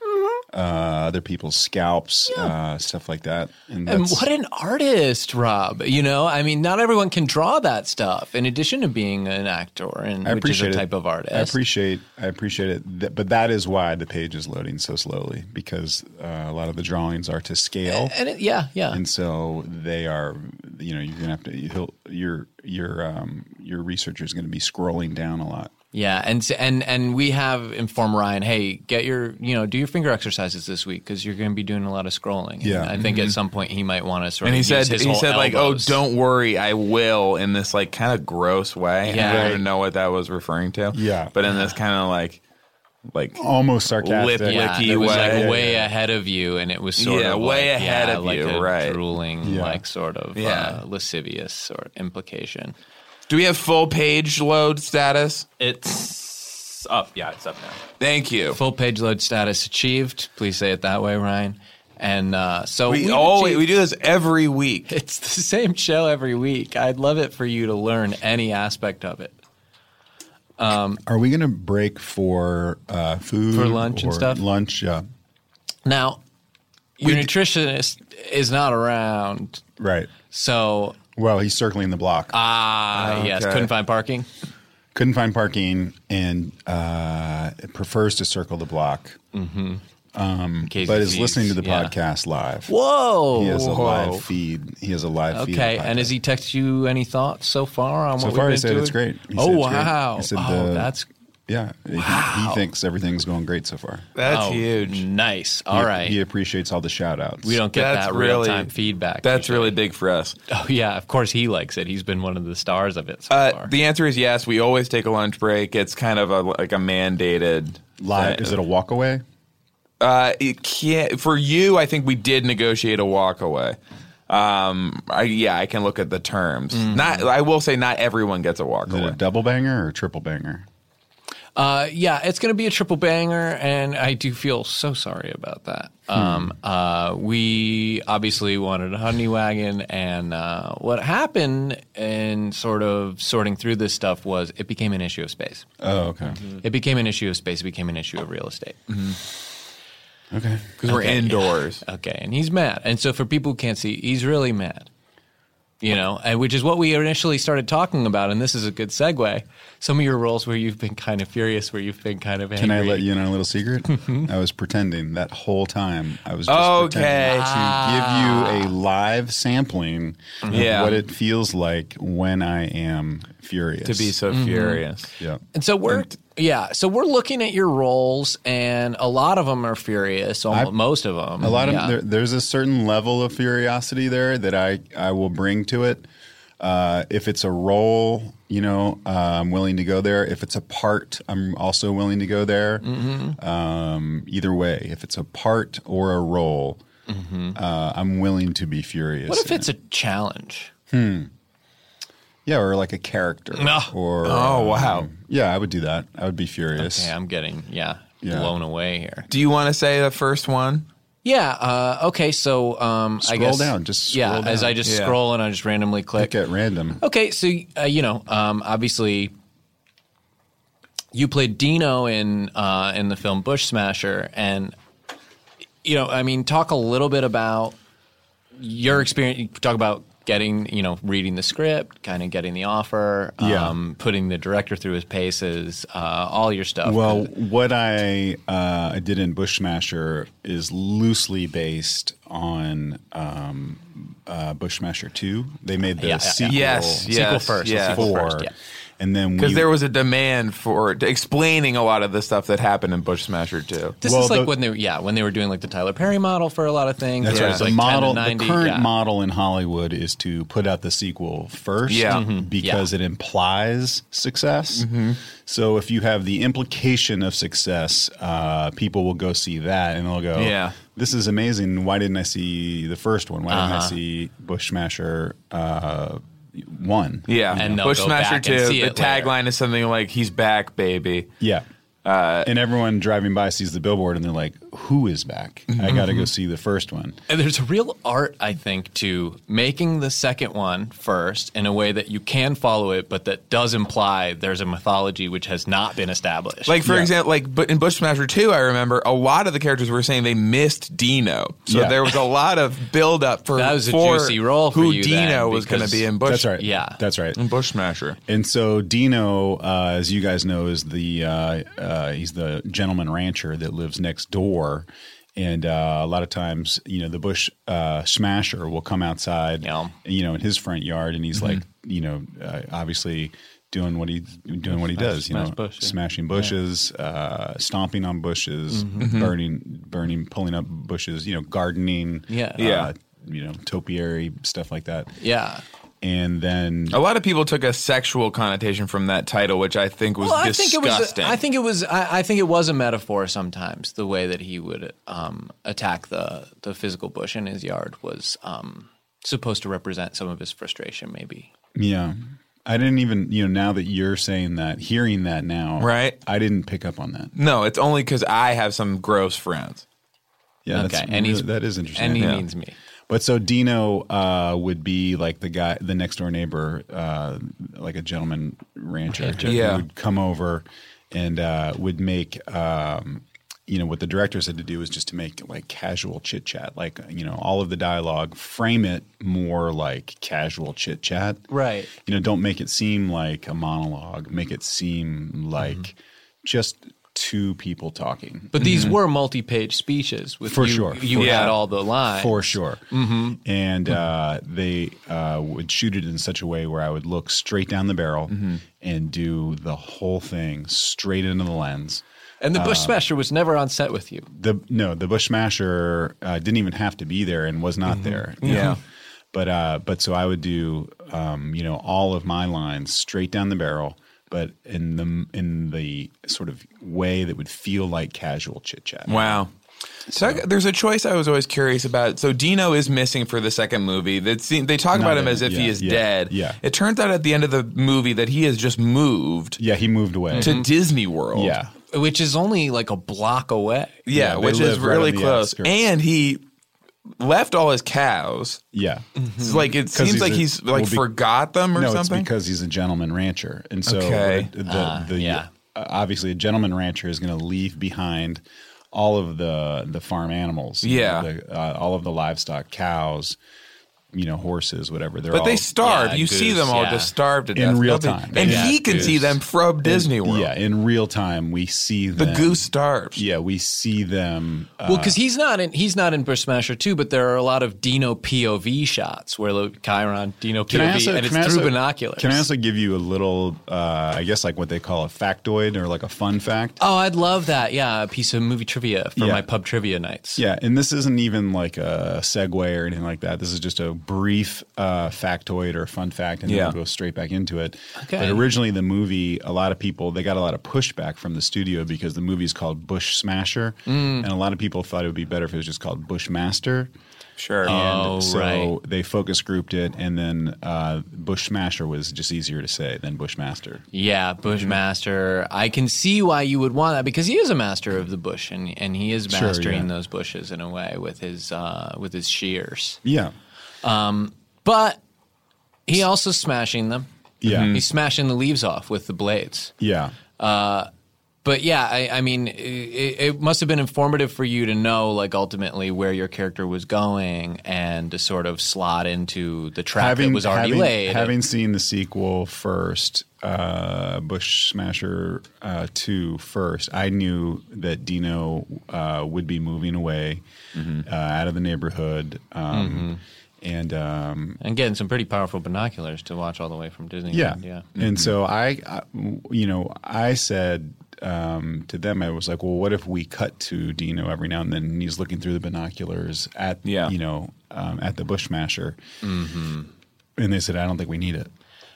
Speaker 6: Uh, other people's scalps, uh, stuff like that, and,
Speaker 5: And
Speaker 6: that's-
Speaker 5: what an artist, Rob! You know, I mean, not everyone can draw that stuff. In addition to being an actor, and
Speaker 6: I
Speaker 5: which is
Speaker 6: appreciate
Speaker 5: a
Speaker 6: it.
Speaker 5: type of artist.
Speaker 6: I appreciate I appreciate it, Th- but that is why the page is loading so slowly because uh, a lot of the drawings are to scale,
Speaker 5: and it, yeah, yeah.
Speaker 6: and so they are. You know, you're gonna have to. He'll, your your um, your researcher is going to be scrolling down a lot.
Speaker 5: Yeah, and s- and and we have informed Ryan, hey, get your you know do your finger exercises this week because you're going to be doing a lot of scrolling. And
Speaker 6: Yeah.
Speaker 5: I think at some point he might want to
Speaker 4: Mm-hmm.
Speaker 5: sort
Speaker 4: And he
Speaker 5: of
Speaker 4: said
Speaker 5: use his
Speaker 4: he
Speaker 5: whole
Speaker 4: said like, "Oh,
Speaker 5: elbows.
Speaker 4: don't worry, I will." In this like kind of gross way. And I
Speaker 5: Yeah.
Speaker 4: don't even know what that was referring to.
Speaker 6: Yeah.
Speaker 4: but in this kind of like like
Speaker 6: Almost sarcastic.
Speaker 4: Lip
Speaker 5: Yeah,
Speaker 4: licky
Speaker 5: it was like
Speaker 4: way.
Speaker 5: way ahead of you, and it was sort
Speaker 4: Yeah,
Speaker 5: of
Speaker 4: way
Speaker 5: like,
Speaker 4: ahead
Speaker 5: yeah,
Speaker 4: of
Speaker 5: like
Speaker 4: you,
Speaker 5: a
Speaker 4: right.
Speaker 5: drooling,
Speaker 6: Yeah.
Speaker 5: like sort of
Speaker 4: Yeah.
Speaker 5: uh, lascivious sort of implication.
Speaker 4: do we have full page load status?
Speaker 7: It's up. Yeah, it's up now.
Speaker 4: Thank you.
Speaker 5: Full page load status achieved. Please say it that way, Ryan. And uh, so
Speaker 4: we
Speaker 5: we've
Speaker 4: always
Speaker 5: achieved-
Speaker 4: we do this every week.
Speaker 5: It's the same show every week. I'd love it for you to learn any aspect of it.
Speaker 6: Are we going to break for uh, food
Speaker 5: For lunch and
Speaker 6: or
Speaker 5: stuff?
Speaker 6: Lunch, yeah.
Speaker 5: Now, your nutritionist is not around,
Speaker 6: Right.
Speaker 5: so
Speaker 6: Well, he's circling the block.
Speaker 5: uh, yes,
Speaker 4: Okay.
Speaker 5: couldn't find parking.
Speaker 6: Couldn't find parking and uh, prefers to circle the block, but is listening to the podcast live.
Speaker 5: Whoa!
Speaker 6: He has a live feed. He has a live feed. of
Speaker 5: Okay,
Speaker 6: the
Speaker 5: and has
Speaker 6: podcast.
Speaker 5: he texted you any thoughts so far on
Speaker 6: So
Speaker 5: what
Speaker 6: far,
Speaker 5: we've
Speaker 6: he
Speaker 5: been
Speaker 6: said
Speaker 5: doing?
Speaker 6: it's great. He said
Speaker 5: oh
Speaker 6: it's great.
Speaker 5: wow!
Speaker 6: He said
Speaker 5: oh,
Speaker 6: the-
Speaker 5: that's
Speaker 6: yeah. He, he thinks everything's going great so far.
Speaker 4: That's
Speaker 5: oh,
Speaker 4: huge.
Speaker 5: Nice.
Speaker 6: He-
Speaker 5: All right,
Speaker 6: He appreciates all the shout outs.
Speaker 5: we don't get
Speaker 4: That's
Speaker 5: that
Speaker 4: really-
Speaker 5: real time feedback.
Speaker 4: That's
Speaker 5: usually.
Speaker 4: really big for us.
Speaker 5: Oh yeah, of course he likes it. He's been one of the stars of it so
Speaker 4: Uh,
Speaker 5: far.
Speaker 4: the answer is yes. We always take a lunch break. It's kind of a like a mandated
Speaker 6: live. Is it a walk away?
Speaker 4: Uh, it can't for you. I think we did negotiate a walk away. Um, I, yeah, I can look at the terms. Not, I will say, not everyone gets a walk
Speaker 6: Is it
Speaker 4: away.
Speaker 6: a double banger or a triple banger?
Speaker 5: Uh, yeah, it's going to be a triple banger, and I do feel so sorry about that.
Speaker 6: Hmm.
Speaker 5: Um, uh, we obviously wanted a honey wagon, and uh, what happened in sort of sorting through this stuff was it became an issue of space.
Speaker 6: Oh, okay.
Speaker 5: It became an issue of space. It became an issue of real estate.
Speaker 6: Mm-hmm. Okay.
Speaker 4: Because we're indoors.
Speaker 5: Okay, and he's mad. And so for people who can't see, he's really mad. You know, and which is what we initially started talking about, and this is a good segue. Some of your roles where you've been kind of furious, where you've been kind of angry.
Speaker 6: Can I let you in on a little secret? I was pretending that whole time. I was just
Speaker 4: Okay.
Speaker 6: pretending to
Speaker 5: Ah.
Speaker 6: give you a live sampling of
Speaker 4: Yeah.
Speaker 6: what it feels like when I am furious.
Speaker 4: to be so furious.
Speaker 6: yeah.
Speaker 5: And so we're yeah, so we're looking at your roles, and a lot of them are furious. Almost, most of them,
Speaker 6: A lot of
Speaker 5: yeah.
Speaker 6: there, there's a certain level of curiosity there that I I will bring to it. Uh, if it's a role, you know, uh, I'm willing to go there. If it's a part, I'm also willing to go there.
Speaker 5: Mm-hmm.
Speaker 6: Um, either way, if it's a part or a role, uh, I'm willing to be furious.
Speaker 5: Mm-hmm. What if
Speaker 6: in
Speaker 5: it's a challenge?
Speaker 6: yeah, or like a character,
Speaker 5: No.
Speaker 6: or
Speaker 4: Oh, wow.
Speaker 6: yeah, I would do that. I would be furious.
Speaker 5: Yeah, I'm getting yeah,
Speaker 6: Yeah.
Speaker 5: blown away here.
Speaker 4: Do you want to say the first one?
Speaker 5: Yeah. Uh, okay. So um, I
Speaker 6: Scroll
Speaker 5: guess
Speaker 6: down, just
Speaker 5: yeah.
Speaker 6: scroll
Speaker 5: As
Speaker 6: down.
Speaker 5: I just
Speaker 4: Yeah.
Speaker 5: scroll and I just randomly click.
Speaker 6: Pick at random.
Speaker 5: Okay, so uh, you know, um, obviously, you played Dino in uh, in the film Bush Smasher, and you know, I mean, talk a little bit about your experience. You Talk about getting, you know, reading the script, kind of getting the offer, um,
Speaker 6: Yeah.
Speaker 5: putting the director through his paces, uh, all your stuff.
Speaker 6: Well, what I uh, I did in Bushmasher is loosely based on um, uh, Bushmasher Two. They made the
Speaker 5: Yeah, yeah, yeah.
Speaker 6: sequel,
Speaker 4: Yes,
Speaker 6: sequel
Speaker 4: yes,
Speaker 5: first,
Speaker 4: yes.
Speaker 5: sequel
Speaker 6: four,
Speaker 5: first, yeah.
Speaker 6: and then
Speaker 4: Because
Speaker 6: we-
Speaker 4: there was a demand for explaining a lot of the stuff that happened in Bush Smasher too.
Speaker 5: this
Speaker 6: well,
Speaker 5: is like
Speaker 6: the-
Speaker 5: when they, yeah, when they were doing like the Tyler Perry model for a lot of things.
Speaker 6: That's
Speaker 5: where
Speaker 4: Yeah.
Speaker 6: right.
Speaker 5: it's
Speaker 6: The
Speaker 5: like 10 to
Speaker 6: model,
Speaker 5: 90,
Speaker 6: the current
Speaker 5: yeah.
Speaker 6: model in Hollywood is to put out the sequel first,
Speaker 4: Yeah. Mhm.
Speaker 6: because it implies success. So if you have the implication of success, uh, people will go see that and they'll go,
Speaker 4: Yeah.
Speaker 6: this is amazing. Why didn't I see the first one? Why didn't I see Bushmasher uh, one?
Speaker 4: Yeah,
Speaker 5: And they'll
Speaker 4: Bush
Speaker 5: go
Speaker 4: Smasher
Speaker 5: back
Speaker 4: too.
Speaker 5: and see
Speaker 4: The
Speaker 5: it later.
Speaker 4: tagline is something like "He's back, baby."
Speaker 6: Yeah. and everyone driving by sees the billboard and they're like, "Who is back? I got to go see the first one."
Speaker 5: And there's a real art, I think, to making the second one first in a way that you can follow it, but that does imply there's a mythology which has not been established.
Speaker 4: Like for
Speaker 6: Yeah.
Speaker 4: example, like but in Bushmaster Two, I remember a lot of the characters were saying they missed Dino, so
Speaker 6: Yeah.
Speaker 4: there was a lot of build up for
Speaker 5: That was a
Speaker 4: for
Speaker 5: juicy role for
Speaker 4: who
Speaker 5: you
Speaker 4: Dino
Speaker 5: then,
Speaker 4: was going to
Speaker 5: because-
Speaker 4: be in Bush.
Speaker 6: That's right.
Speaker 5: Yeah.
Speaker 6: That's right.
Speaker 4: in Bushmasher.
Speaker 6: And so Dino, uh, as you guys know, is the uh, uh, he's the gentleman rancher that lives next door, and uh, a lot of times, you know, the bush uh, smasher will come outside,
Speaker 5: Yeah. Mm-hmm.
Speaker 6: you know, in his front yard, and he's like, you know, uh, obviously doing what he doing what he does. You
Speaker 5: smash
Speaker 6: know,
Speaker 5: bush, yeah. Mm-hmm.
Speaker 6: smashing bushes, uh, stomping on bushes, burning, burning, pulling up bushes. You know, gardening.
Speaker 5: Yeah.
Speaker 4: Yeah.
Speaker 6: Uh, you know, topiary stuff like that.
Speaker 5: Yeah.
Speaker 6: And then
Speaker 4: A lot of people took a sexual connotation from that title, which I think was
Speaker 5: Well, I think it
Speaker 4: disgusting.
Speaker 5: was. I think it was. I, I think it was a metaphor sometimes. The way that he would um, attack the the physical bush in his yard was um, supposed to represent some of his frustration, maybe.
Speaker 6: yeah. I didn't even, you know, now that you're saying that, hearing that now,
Speaker 4: Right.
Speaker 6: I didn't pick up on that.
Speaker 4: no, it's only because I have some gross friends.
Speaker 6: Yeah, that's,
Speaker 5: Okay, and he's-
Speaker 6: that is interesting.
Speaker 5: And he
Speaker 6: Yeah.
Speaker 5: means me.
Speaker 6: But so Dino uh, would be like the guy, the next door neighbor, uh, like a gentleman rancher, who
Speaker 4: Yeah.
Speaker 6: would come over and uh, would make. Um, you know what the directors had to do was just to make like casual chit chat, like you know all of the dialogue, frame it more like casual chit chat,
Speaker 5: Right.
Speaker 6: You know, don't make it seem like a monologue. Make it seem like just two people talking.
Speaker 5: But these were multi-page speeches. With
Speaker 6: Mm-hmm. For
Speaker 5: you,
Speaker 6: sure.
Speaker 5: you
Speaker 6: For
Speaker 5: had
Speaker 4: sure.
Speaker 5: all the lines.
Speaker 6: for sure.
Speaker 4: Mm-hmm.
Speaker 6: And uh, they uh, would shoot it in such a way where I would look straight down the barrel
Speaker 4: Mm-hmm.
Speaker 6: and do the whole thing straight into the lens.
Speaker 5: And the
Speaker 6: uh,
Speaker 5: bush smasher was never on set with you.
Speaker 6: The no, the Bushmasher uh, didn't even have to be there and was not there. you
Speaker 4: Mm-hmm. Yeah.
Speaker 6: know? but uh, but so I would do um, you know all of my lines straight down the barrel. But in the in the sort of way that would feel like casual chit chat.
Speaker 4: Wow. So, I- there's a choice I was always curious about. So Dino is missing for the second movie. That seem, they talk about him
Speaker 6: in-
Speaker 4: as if he
Speaker 6: yeah,
Speaker 4: is
Speaker 6: yeah,
Speaker 4: dead.
Speaker 6: yeah.
Speaker 4: It turns out at the end of the movie that he has just moved
Speaker 6: Yeah, he moved away.
Speaker 4: to Disney World.
Speaker 6: yeah,
Speaker 5: which is only like a block away.
Speaker 4: Yeah,
Speaker 6: Yeah, they
Speaker 4: which is
Speaker 6: live right on
Speaker 4: really
Speaker 6: the
Speaker 4: close.
Speaker 6: outskirts.
Speaker 4: And he left all his cows.
Speaker 6: yeah.
Speaker 4: It's like it seems
Speaker 6: Mm-hmm. he's
Speaker 4: like
Speaker 6: a-
Speaker 4: he's like
Speaker 6: well, be-
Speaker 4: forgot them or
Speaker 6: no,
Speaker 4: something.
Speaker 6: it's because he's a gentleman rancher, and so
Speaker 4: Okay. Ah,
Speaker 6: the, the, the-
Speaker 5: yeah.
Speaker 6: uh, obviously a gentleman rancher is going to leave behind all of the the farm animals, you know,
Speaker 4: Yeah.
Speaker 6: the, uh, all of the livestock, cows, you know, horses, whatever. They're
Speaker 4: but
Speaker 6: all,
Speaker 4: they starve.
Speaker 5: yeah,
Speaker 4: you see
Speaker 5: goose,
Speaker 4: them all
Speaker 5: yeah.
Speaker 4: just starved to
Speaker 6: In
Speaker 4: death.
Speaker 6: real
Speaker 4: They'll be-
Speaker 6: time.
Speaker 4: And
Speaker 6: Yeah,
Speaker 4: he can
Speaker 6: goose.
Speaker 4: see them from Disney World.
Speaker 6: yeah, in real time we see
Speaker 4: the
Speaker 6: them,
Speaker 4: goose starves.
Speaker 6: Yeah, we see them. Uh,
Speaker 5: Well, because he's not in he's not in Bush Smasher two, but there are a lot of Dino POV shots where like, Chiron Dino POV, and it's
Speaker 6: can I
Speaker 5: through
Speaker 6: also-
Speaker 5: binoculars.
Speaker 6: Can I also give you a little, uh, I guess, like what they call a factoid or like a fun fact?
Speaker 5: oh, I'd love that. Yeah, a piece of movie trivia for
Speaker 6: Yeah.
Speaker 5: my pub trivia nights.
Speaker 6: Yeah, and this isn't even like a segue or anything like that. This is just a brief uh, factoid or fun fact, and then
Speaker 4: Yeah.
Speaker 6: we'll go straight back into it.
Speaker 5: Okay.
Speaker 6: But originally, the movie, a lot of people they got a lot of pushback from the studio because the movie's called Bush Smasher,
Speaker 5: Mm.
Speaker 6: and a lot of people thought it would be better if it was just called Bushmaster.
Speaker 4: Sure.
Speaker 6: And
Speaker 5: Oh,
Speaker 6: so
Speaker 5: right.
Speaker 6: they focus grouped it, and then uh, Bush Smasher was just easier to say than Bushmaster.
Speaker 5: Yeah, Bushmaster. I can see why you would want that because he is a master of the bush, and, and he is
Speaker 6: Sure,
Speaker 5: mastering
Speaker 6: yeah.
Speaker 5: those bushes in a way with his uh, with his shears.
Speaker 6: Yeah,
Speaker 5: But he also smashing them.
Speaker 6: yeah,
Speaker 5: He's smashing the leaves off with the blades.
Speaker 6: yeah.
Speaker 5: But yeah, I, I mean, it, it must have been informative for you to know, like, ultimately where your character was going and to sort of slot into the trap that was already
Speaker 6: having,
Speaker 5: laid.
Speaker 6: having seen the sequel first, uh, Bush Smasher uh, 2 first, I knew that Dino uh, would be moving away
Speaker 5: Mm-hmm.
Speaker 6: uh, out of the neighborhood. Um, And um,
Speaker 5: and getting some pretty powerful binoculars to watch all the way from Disney.
Speaker 6: yeah.
Speaker 5: yeah. Mm-hmm.
Speaker 6: And so I, I- you know, I said um, to them, I was like, well, what if we cut to Dino every now and then and he's looking through the binoculars at,
Speaker 4: Yeah.
Speaker 6: you know, um, at the Bushmasher.
Speaker 5: Mm-hmm.
Speaker 6: And they said, I don't think we need it.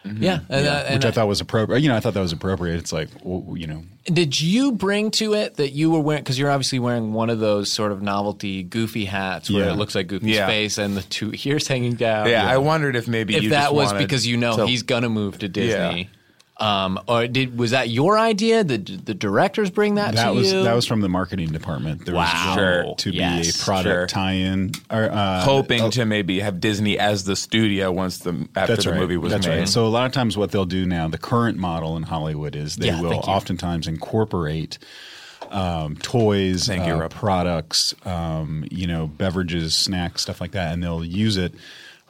Speaker 5: Yeah. And, uh, and
Speaker 6: Mm-hmm. Which I, thought was appropriate. You know, I thought that was appropriate. It's like, well, you know,
Speaker 5: Did you bring to it that you were wearing? Because you're obviously wearing one of those sort of novelty goofy hats where
Speaker 6: Yeah.
Speaker 5: it looks like Goofy's
Speaker 4: Yeah.
Speaker 5: face and the two ears hanging down.
Speaker 4: Yeah, I wondered if maybe
Speaker 5: if
Speaker 4: you
Speaker 5: that
Speaker 4: just
Speaker 5: was
Speaker 4: wanted
Speaker 5: because you know
Speaker 4: to-
Speaker 5: he's gonna move to Disney. Um, or did was that your idea? Did the directors bring that,
Speaker 6: that
Speaker 5: to
Speaker 6: was
Speaker 5: you?
Speaker 6: that was from the marketing department. There
Speaker 5: Wow.
Speaker 6: was
Speaker 4: Sure.
Speaker 6: to be
Speaker 5: Yes.
Speaker 6: a product
Speaker 4: Sure.
Speaker 6: tie-in or uh,
Speaker 4: hoping to maybe have Disney as the studio once the after the movie was
Speaker 6: That's
Speaker 4: made.
Speaker 6: right. So a lot of times, what they'll do now, the current model in Hollywood is they
Speaker 5: Yeah,
Speaker 6: will
Speaker 5: thank you.
Speaker 6: oftentimes incorporate um, toys,
Speaker 4: Thank you,
Speaker 6: uh,
Speaker 4: Rob.
Speaker 6: products, um, you know, beverages, snacks, stuff like that, and they'll use it.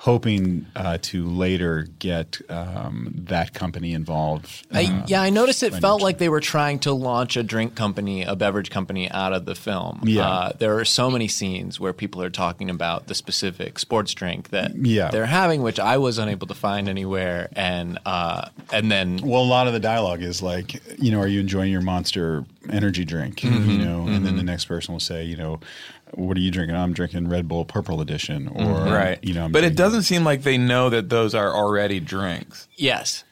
Speaker 6: hoping uh, to later get um, that company involved.
Speaker 5: I, yeah, I noticed it felt like they were trying to launch a drink company, a beverage company out of the film.
Speaker 6: Yeah.
Speaker 5: Uh, there are so many scenes where people are talking about the specific sports drink that
Speaker 6: Yeah.
Speaker 5: they're having, which I was unable to find anywhere. And uh, and then
Speaker 6: Well, a lot of the dialogue is like, you know, are you enjoying your monster energy drink? you
Speaker 4: Mm-hmm.
Speaker 6: know, and then the next person will say, you know, what are you drinking? I'm drinking Red Bull Purple Edition, or
Speaker 4: Mm-hmm. right.
Speaker 6: um, you know, I'm
Speaker 4: but it
Speaker 6: drinking-
Speaker 4: doesn't seem like they know that those are already drinks.
Speaker 5: yes,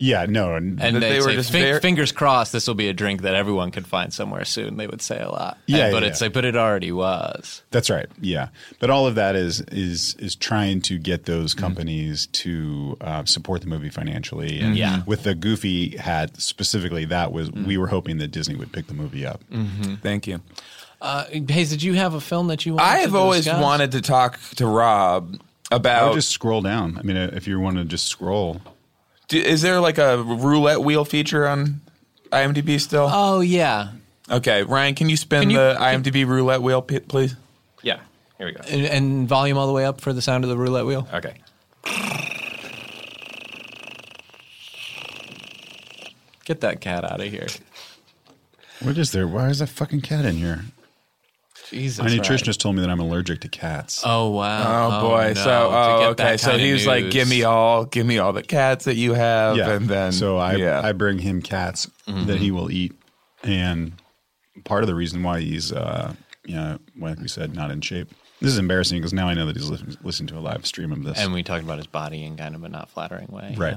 Speaker 6: Yeah, no, and,
Speaker 5: and
Speaker 4: That
Speaker 5: they
Speaker 4: they were
Speaker 5: say,
Speaker 4: just
Speaker 5: "Fin-
Speaker 4: very-
Speaker 5: fingers crossed, this will be a drink that everyone could find somewhere soon. They would say a lot. And-
Speaker 6: Yeah,
Speaker 5: but
Speaker 6: yeah,
Speaker 5: it's
Speaker 6: yeah.
Speaker 5: like, but it already was.
Speaker 6: that's right. Yeah, but all of that is is is trying to get those
Speaker 4: Mm-hmm.
Speaker 6: companies to uh, support the movie financially.
Speaker 4: Mm-hmm.
Speaker 6: And
Speaker 5: Yeah.
Speaker 6: with the Goofy hat specifically, that was we were hoping that Disney would pick the movie up.
Speaker 4: Mm-hmm. Thank you.
Speaker 5: Uh, Hayes, did you have a film that you? wanted
Speaker 4: I
Speaker 5: to
Speaker 4: have always
Speaker 5: discuss?
Speaker 4: wanted to talk to Rob
Speaker 6: I would
Speaker 4: about.
Speaker 6: just scroll down. I mean, uh, if you want to just scroll,
Speaker 4: do, is there like a roulette wheel feature on IMDb still?
Speaker 5: Oh yeah,
Speaker 4: okay, Ryan, can you spin
Speaker 5: Can you-
Speaker 4: the IMDb roulette wheel, p- please?
Speaker 7: Yeah. Here we go.
Speaker 5: and, and volume all the way up for the sound of the roulette wheel.
Speaker 7: Okay.
Speaker 5: Get that cat out of here.
Speaker 6: what is there? Why is that fucking cat in here?
Speaker 5: Jesus.
Speaker 6: My
Speaker 5: Christ.
Speaker 6: nutritionist told me that I'm allergic to cats.
Speaker 5: Oh wow.
Speaker 4: Oh, boy.
Speaker 5: no.
Speaker 4: So,
Speaker 5: To
Speaker 4: oh,
Speaker 5: get that
Speaker 4: okay. So
Speaker 5: kinda
Speaker 4: he was like,
Speaker 5: news.
Speaker 4: "Give me all, give me all the cats that you have," and Oh, then
Speaker 6: so I
Speaker 4: yeah. Mm-hmm.
Speaker 6: I bring him cats that he will eat, and part of the reason why he's uh you know like we said not in shape. This is embarrassing because now I know that he's listening, listening to a live stream of this.
Speaker 5: And we talked about his body in kind of a not flattering way.
Speaker 6: right.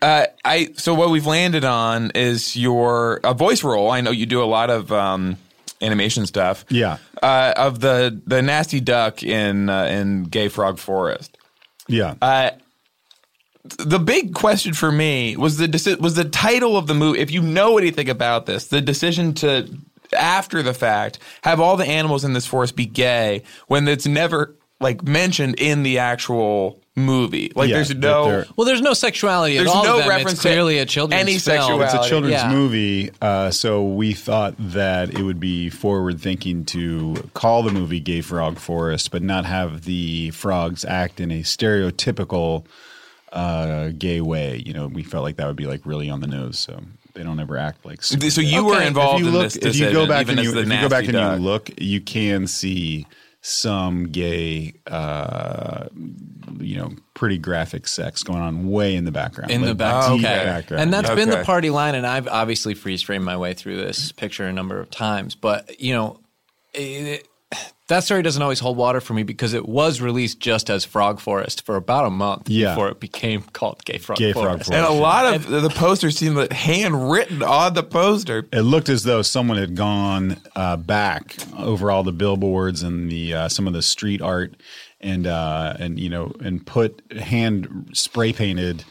Speaker 4: Uh, I so what we've landed on is your a voice role. I know you do a lot of um, animation stuff.
Speaker 6: Yeah.
Speaker 4: uh, of the the nasty duck in uh, in Gay Frog Forest.
Speaker 6: Yeah.
Speaker 4: Uh, the big question for me was the deci- was the title of the movie. If you know anything about this, the decision to after the fact have all the animals in this forest be gay when it's never like mentioned in the actual movie. Like
Speaker 6: Yeah,
Speaker 4: there's
Speaker 6: that
Speaker 4: no
Speaker 6: they're-
Speaker 5: Well, there's no sexuality
Speaker 4: There's
Speaker 5: at all.
Speaker 4: no
Speaker 5: of them.
Speaker 4: reference
Speaker 5: It's
Speaker 4: to
Speaker 5: clearly a children's
Speaker 4: any
Speaker 5: film.
Speaker 4: sexuality.
Speaker 6: it's a children's
Speaker 5: Yeah.
Speaker 6: movie, uh, so we thought that it would be forward thinking to call the movie Gay Frog Forest, but not have the frogs act in a stereotypical uh, gay way. You know, we felt like that would be like really on the nose, so they don't ever act like. super
Speaker 4: So you
Speaker 5: Okay.
Speaker 4: were
Speaker 5: If you
Speaker 4: involved
Speaker 6: if you
Speaker 4: in
Speaker 6: look,
Speaker 4: this
Speaker 6: if
Speaker 4: decision,
Speaker 6: you go back
Speaker 4: even
Speaker 6: and
Speaker 4: as
Speaker 6: you,
Speaker 4: the
Speaker 6: if you
Speaker 4: nasty
Speaker 6: go back and
Speaker 4: duck.
Speaker 6: you look, you can see some gay, uh, you know, pretty graphic sex going on way in the background.
Speaker 5: In the
Speaker 6: Like,
Speaker 5: back,
Speaker 6: deep
Speaker 5: oh, okay.
Speaker 6: background.
Speaker 5: And that's
Speaker 6: Yeah.
Speaker 5: been the
Speaker 4: Okay.
Speaker 5: party line, and I've obviously freeze framed my way through this picture a number of times. But you know, it, that story doesn't always hold water for me because it was released just as Frog Forest for about a month
Speaker 6: Yeah.
Speaker 5: before it became called Gay Frog
Speaker 6: Gay Frog
Speaker 5: Forest.
Speaker 6: Forest.
Speaker 4: And a lot of the the posters seem like handwritten on the poster.
Speaker 6: it looked as though someone had gone uh, back over all the billboards and the uh, some of the street art and uh, and you know and put hand spray painted